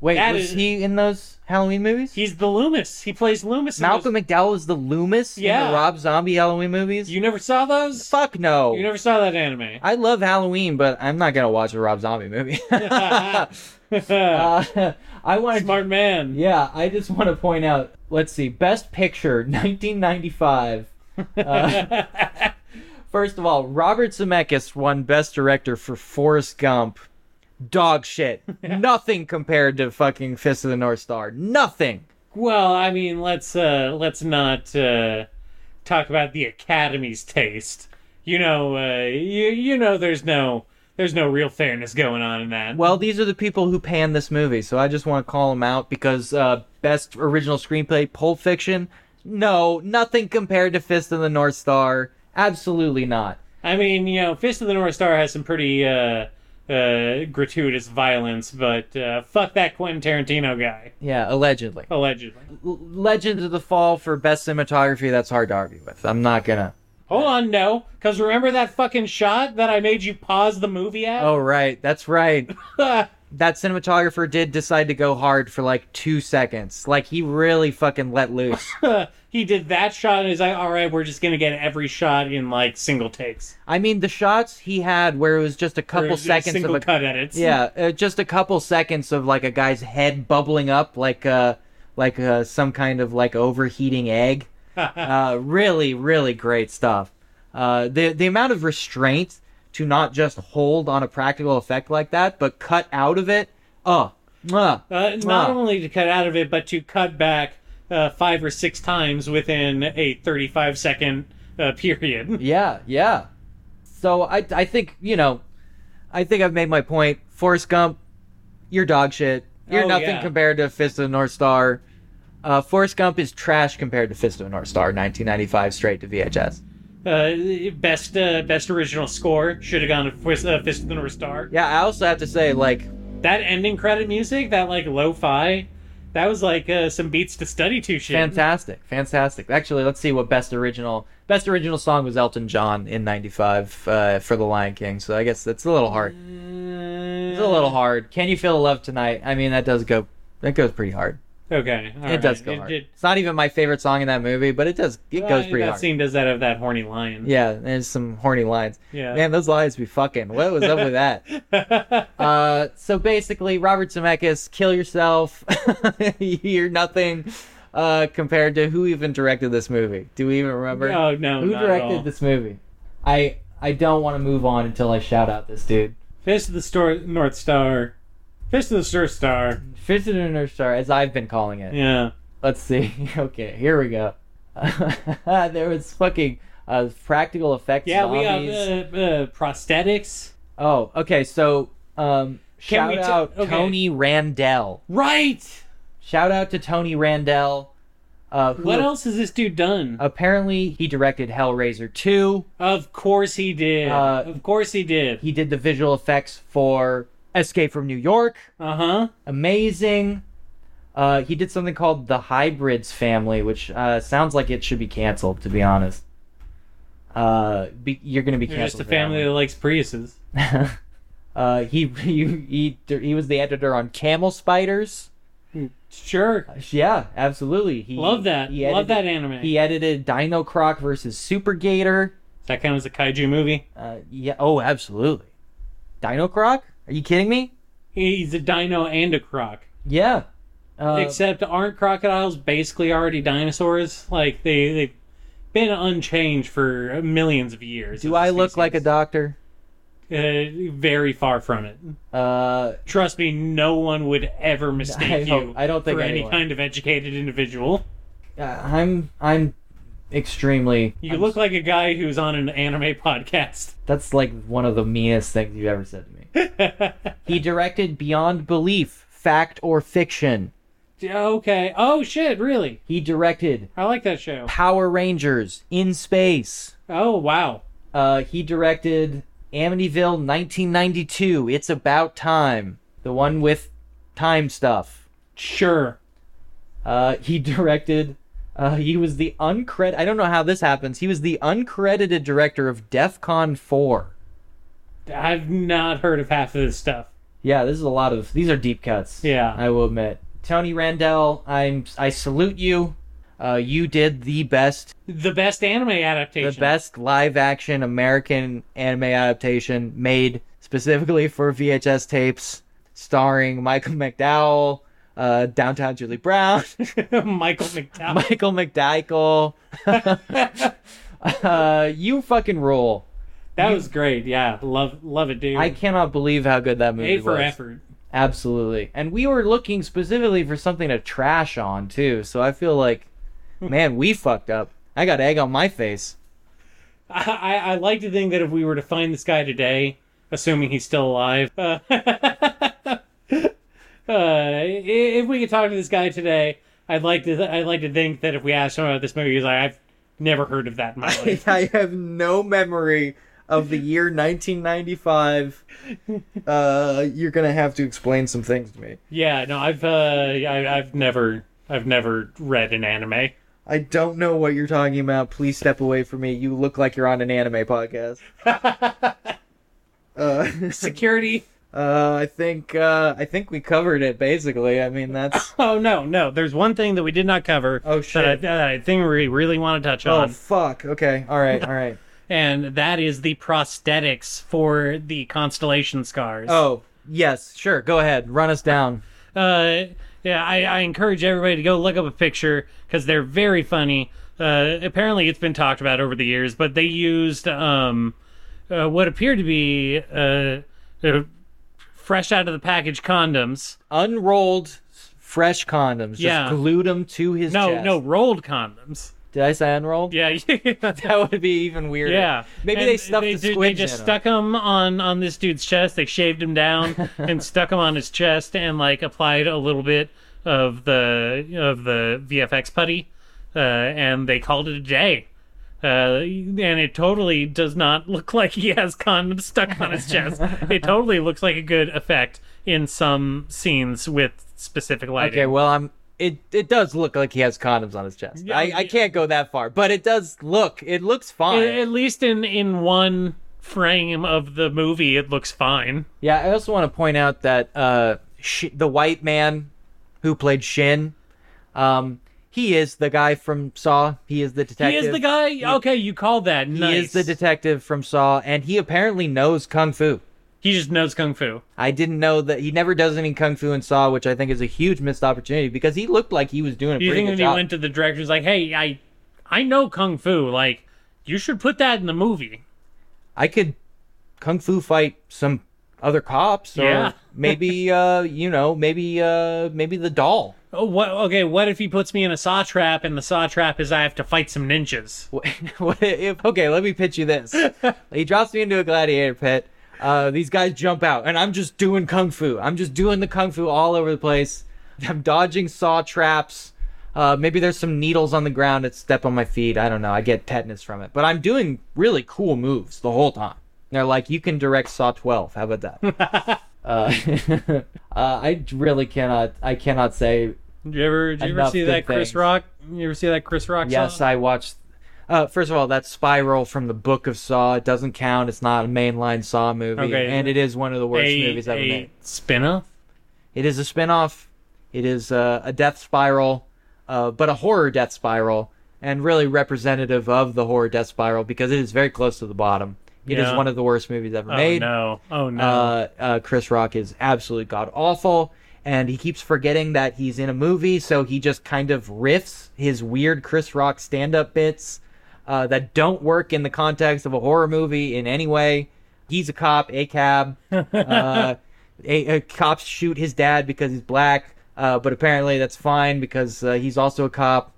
wait that was is- he in those Halloween movies? he's the Loomis. He plays Loomis. in Malcolm those- McDowell is the Loomis in Yeah. the Rob Zombie Halloween movies? You never saw those? Fuck no. You never saw that anime. I love Halloween, but I'm not gonna watch a Rob Zombie movie. uh, I want to. Smart man. Yeah, I just want to point out. Let's see, Best Picture, 1995. Uh, first of all, Robert Zemeckis won Best Director for Forrest Gump. Dog shit. Nothing compared to fucking Fist of the North Star. Nothing. Well, I mean, let's uh, let's not uh, talk about the Academy's taste. You know, uh, you you know, there's no there's no real fairness going on in that. Well, these are the people who panned this movie, so I just want to call them out because uh, best original screenplay, Pulp Fiction. No, nothing compared to Fist of the North Star. Absolutely not. I mean, you know, Fist of the North Star has some pretty uh, uh, gratuitous violence, but uh, fuck that Quentin Tarantino guy, Yeah, allegedly. allegedly. L- Legends of the Fall for best cinematography. That's hard to argue with. I'm not gonna. Hold on, no, because remember that fucking shot that I made you pause the movie at? Oh right, that's right. That cinematographer did decide to go hard for like two seconds. Like he really fucking let loose. he did that shot and he's like, all right, we're just going to get every shot in like single takes. I mean, the shots he had where it was just a Or uh, couple seconds single of a cut edits. Yeah, uh, just a couple seconds of like a guy's head bubbling up like uh like uh, some kind of like overheating egg. uh, really, really great stuff. Uh, the the amount of restraint to not just hold on a practical effect like that, but cut out of it. Oh, mwah. Uh, not Wow. only to cut out of it, but to cut back uh, five or six times within a 35 second uh, period. yeah, yeah. So I I think you know, I think I've made my point. Forrest Gump, you're dog shit. You're Oh, nothing yeah. compared to Fist of the North Star. Uh, Forrest Gump is trash compared to Fist of the North Star, 1995, straight to VHS. Uh, best uh, best original score should have gone to Fist, uh, Fist of the North Star. Yeah, I also have to say, like, That ending credit music, that like lo-fi, that was like uh, some beats to study to shit. fantastic, fantastic. Actually, let's see what best original best original song was Elton John in '95 uh, for The Lion King. So I guess that's a little hard. Uh, It's a little hard. Can you feel the love tonight? I mean, that does go that goes pretty hard. Okay, all it does right. go hard. did- it's not even my favorite song in that movie, but it does. It goes Uh, pretty that hard. scene does that of that horny lion. yeah, there's some horny lines. Yeah. Man, those lines be fucking. What was up with that? Uh, so basically, Robert Zemeckis, kill yourself. You're nothing uh, compared to who even directed this movie. Do we even remember? oh no, who not at all. directed this movie? I I don't want to move on until I shout out this dude. Fist of the Stor- North Star. Fist of the Star Star. Fist of the North Star, as I've been calling it. Yeah. Let's see. Okay, here we go. there was fucking uh, practical effects. Yeah, we have zombies. uh, uh, prosthetics. Oh, okay. So, um, Can shout we ta- out okay. Tony Randell. Right. Shout out to Tony Randell. Uh, who What else has this dude done? Apparently, he directed Hellraiser 2. of course he did. uh, of course he did. He did the visual effects for Escape from New York. Uh huh. Amazing. Uh, he did something called The Hybrids Family, which uh, sounds like it should be canceled, to be honest. Uh, be, you're going to be They're just canceled. a for that family one. that likes Priuses. Uh, he, he he he was the editor on Camel Spiders. Sure. Yeah, absolutely. He Love that. he Love edited- that anime. He edited Dino Croc versus Super Gator. Does that count as a kaiju movie? Uh, yeah. Oh, absolutely. Dino Croc? Are you kidding me? He's a dino and a croc. Yeah. Uh, Except aren't crocodiles basically already dinosaurs? Like they they've been unchanged for millions of years. as do a I look like a species. doctor? Uh, very far from it. Uh, Trust me, no one would ever mistake I you. hope- I don't think for any anyone. kind of educated individual. uh, I'm I'm extremely. You I'm- look like a guy who's on an anime podcast. That's like one of the meanest things you've ever said to me. He directed Beyond Belief, Fact or Fiction. okay. Oh shit! Really? He directed I like that show. Power Rangers in Space. Oh wow. Uh, he directed Amityville 1992. It's about time. The one with time stuff. Sure. Uh, he directed. Uh, he was the uncredited. I don't know how this happens. He was the uncredited director of DEF CON 4. I've not heard of half of this stuff. Yeah, this is a lot of these are deep cuts. Yeah. I will admit. Tony Randell, I'm I salute you. Uh, you did the best, The best anime adaptation. the best live action American anime adaptation made specifically for VHS tapes, starring Michael McDowell, uh, Downtown Julie Brown, Michael McDowell. Michael McDykel. uh, you fucking rule! that was great. Yeah, love love it, dude. I cannot believe how good that movie A for was. effort. Absolutely. And we were looking specifically for something to trash on too, so I feel like man, we fucked up. I got egg on my face. I, I, I like to think that if we were to find this guy today, assuming he's still alive, uh, uh, i- if we could talk to this guy today, I'd like to th- I'd like to think that if we asked him about this movie, he's like, I've never heard of that in my life. I have no memory of the year 1995. Uh you're going to have to explain some things to me. yeah, no, I've uh, I, I've never I've never read an anime. I don't know what you're talking about. Please step away from me. You look like you're on an anime podcast. Uh, Security. uh, I think uh, I think we covered it basically. I mean, that's Oh no, no. There's one thing that we did not cover. Oh, That I, shit. that I think we really want to touch oh on, fuck. Okay, all right, all right. and that is the prosthetics for the constellation scars. Oh, yes, sure. Go ahead. Run us down. uh, yeah, I, I encourage everybody to go look up a picture because they're very funny. Uh, apparently, it's been talked about over the years, but they used um, uh, what appeared to be uh, uh, fresh out of the package condoms. Unrolled fresh condoms. Just Yeah. glued them to his No, chest. no, rolled condoms. Did I say unrolled? Yeah, That would be even weirder. yeah. Maybe And they stuffed they, the do- squid They just in 'em. stuck them on on this dude's chest. They shaved him down and stuck him on his chest and like applied a little bit of the of the VFX putty, uh, and they called it a day. Uh, and it totally does not look like he has condoms stuck on his chest. It totally looks like a good effect in some scenes with specific lighting. Okay, well, I'm. It it does look like he has condoms on his chest. Yeah, I, yeah. I can't go that far, but it does look. It looks fine. at least in in one frame of the movie, it looks fine. yeah, I also want to point out that uh, sh- the white man who played Shin, um, he is the guy from Saw. He is the detective. He is the guy. Okay, you called that. He nice. is the detective from Saw, and he apparently knows kung fu. He just knows kung fu. I didn't know that he never does any kung fu in Saw, which I think is a huge missed opportunity because he looked like he was doing a You pretty think good if he job. went to the director, he's like, "Hey, I, I know kung fu. Like, you should put that in the movie." I could kung fu fight some other cops, or Yeah. maybe uh, you know, maybe uh, maybe the doll. Oh, what? Okay, what if he puts me in a saw trap, and the saw trap is I have to fight some ninjas? What- what if- okay, let me pitch you this. he drops me into a gladiator pit. Uh, these guys jump out, and I'm just doing kung fu. I'm just doing the kung fu all over the place. I'm dodging saw traps. Uh, maybe there's some needles on the ground that step on my feet. I don't know. I get tetanus from it, but I'm doing really cool moves the whole time. And they're like, you can direct saw 12. How about that? uh, uh, I really cannot. I cannot say Did you ever? Did you ever Enough see good that Chris things. Rock? You ever see that Chris Rock? Yes, song? I watched. Uh, first of all, that spiral from the Book of Saw it doesn't count. It's not a mainline Saw movie, Okay. and it is one of the worst a, movies ever made. spin-off. It is a spin-off. It is uh, a death spiral, uh, but a horror death spiral, and really representative of the horror death spiral because it is very close to the bottom. It is Yeah. one of the worst movies ever Oh made. no! Oh no! Uh, uh, Chris Rock is absolutely god awful, and he keeps forgetting that he's in a movie, so he just kind of riffs his weird Chris Rock stand up bits uh, that don't work in the context of a horror movie in any way. He's a cop, a cab. uh, a, a cops shoot his dad because he's black, uh, but apparently that's fine because uh, he's also a cop.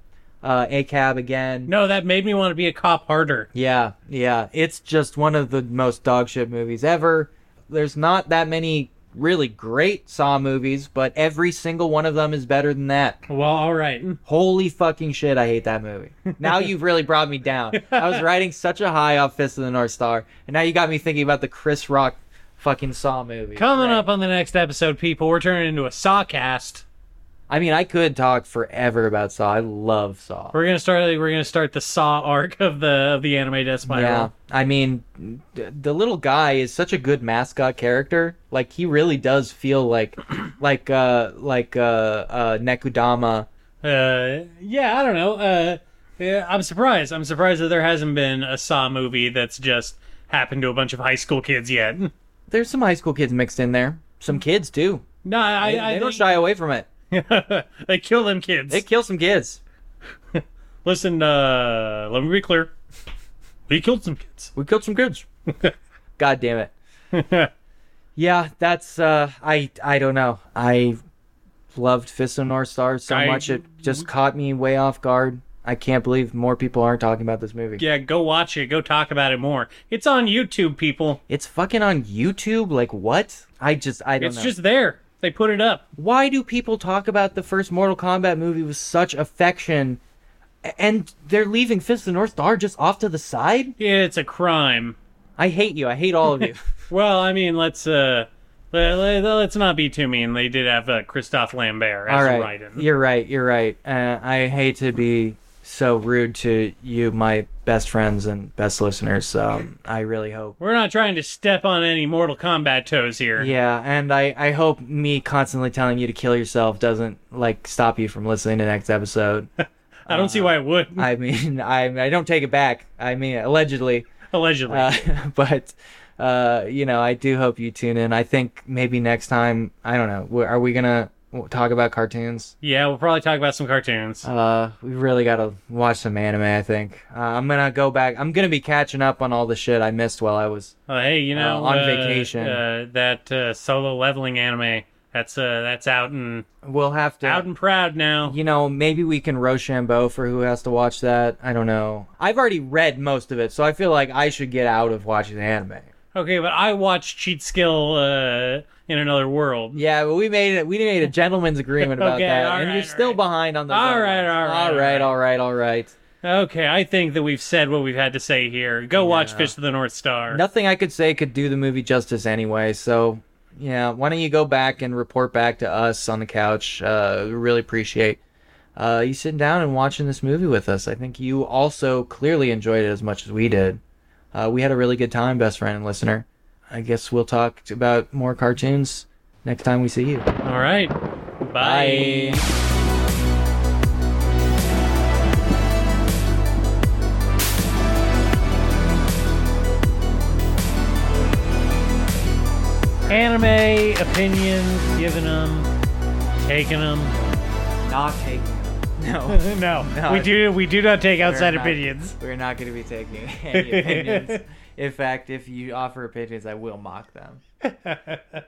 Uh, a cab again. no, that made me want to be a cop harder. Yeah, yeah. It's just one of the most dog shit movies ever. There's not that many really great Saw movies, but every single one of them is better than that. Well, all right. Holy fucking shit, I hate that movie. Now you've really brought me down. I was riding such a high off Fist of the North Star, and now you got me thinking about the Chris Rock fucking Saw movie. Coming Right. up on the next episode, people, we're turning into a sawcast. I mean, I could talk forever about Saw. I love Saw. We're gonna start. We're gonna start the saw arc of the of the anime death spiral. Yeah, I mean, th- the little guy is such a good mascot character. Like he really does feel like, like, uh, like uh, uh, Nekudama. Uh, yeah, I don't know. Uh, yeah, I'm surprised. I'm surprised that there hasn't been a Saw movie that's just happened to a bunch of high school kids yet. There's some high school kids mixed in there. Some kids too. No, I, They, Mm-hmm. I they think don't shy away from it. they kill them kids. They kill some kids. Listen, uh, let me be clear. We killed some kids. We killed some kids. God damn it. Yeah, that's. uh I I don't know. I loved Fist of North Star so I- much it just caught me way off guard. I can't believe more people aren't talking about this movie. yeah, go watch it. Go talk about it more. It's on YouTube, people. It's fucking on YouTube. Like what? I just I don't It's know. just there. They put it up. Why do people talk about the first Mortal Kombat movie with such affection, a- and they're leaving Fist of the North Star just off to the side? It's a crime. I hate you. I hate all of you. Well, I mean, let's uh, let, us not be too mean. They did have uh, Christophe Lambert as all a right, Raiden. you're right. You're right. Uh, I hate to be so rude to you, my best friends and best listeners. So I really hope. We're not trying to step on any Mortal Kombat toes here. Yeah, and I, I hope me constantly telling you to kill yourself doesn't like stop you from listening to next episode. I don't see why it would. I mean, I I don't take it back. I mean, allegedly, allegedly. uh, but uh, you know, I do hope you tune in. I think maybe next time, I don't know. w- Are we gonna w- talk about cartoons? yeah, we'll probably talk about some cartoons. Uh, we really gotta watch some anime. I think uh, I'm gonna go back. I'm gonna be catching up on all the shit I missed while I was. Uh, hey, you know, on uh, vacation. uh, that uh, solo leveling anime. That's uh, that's out and We'll have to. out and proud now. you know, maybe we can Rochambeau for who has to watch that. I don't know. I've already read most of it, so I feel like I should get out of watching anime. Okay, but I watched Cheat Skill uh, in another world. Yeah, but we made it. We made a gentleman's agreement about Okay, that, all and right, you're all still right. behind on the. All right, all right, all right, all right, all right. Okay, I think that we've said what we've had to say here. Go watch Yeah. Fish of the North Star. Nothing I could say could do the movie justice anyway. So, yeah, why don't you go back and report back to us on the couch? Uh, we really appreciate uh, you sitting down and watching this movie with us. I think you also clearly enjoyed it as much as we did. Uh, we had a really good time, best friend and listener. I guess we'll talk about more cartoons next time we see you. All right. Bye. Anime opinions, giving them, taking them. Not taking. No. no, No, we I- do we do not take We're outside not- opinions. We're not going to be taking any opinions. In fact, if you offer opinions, I will mock them.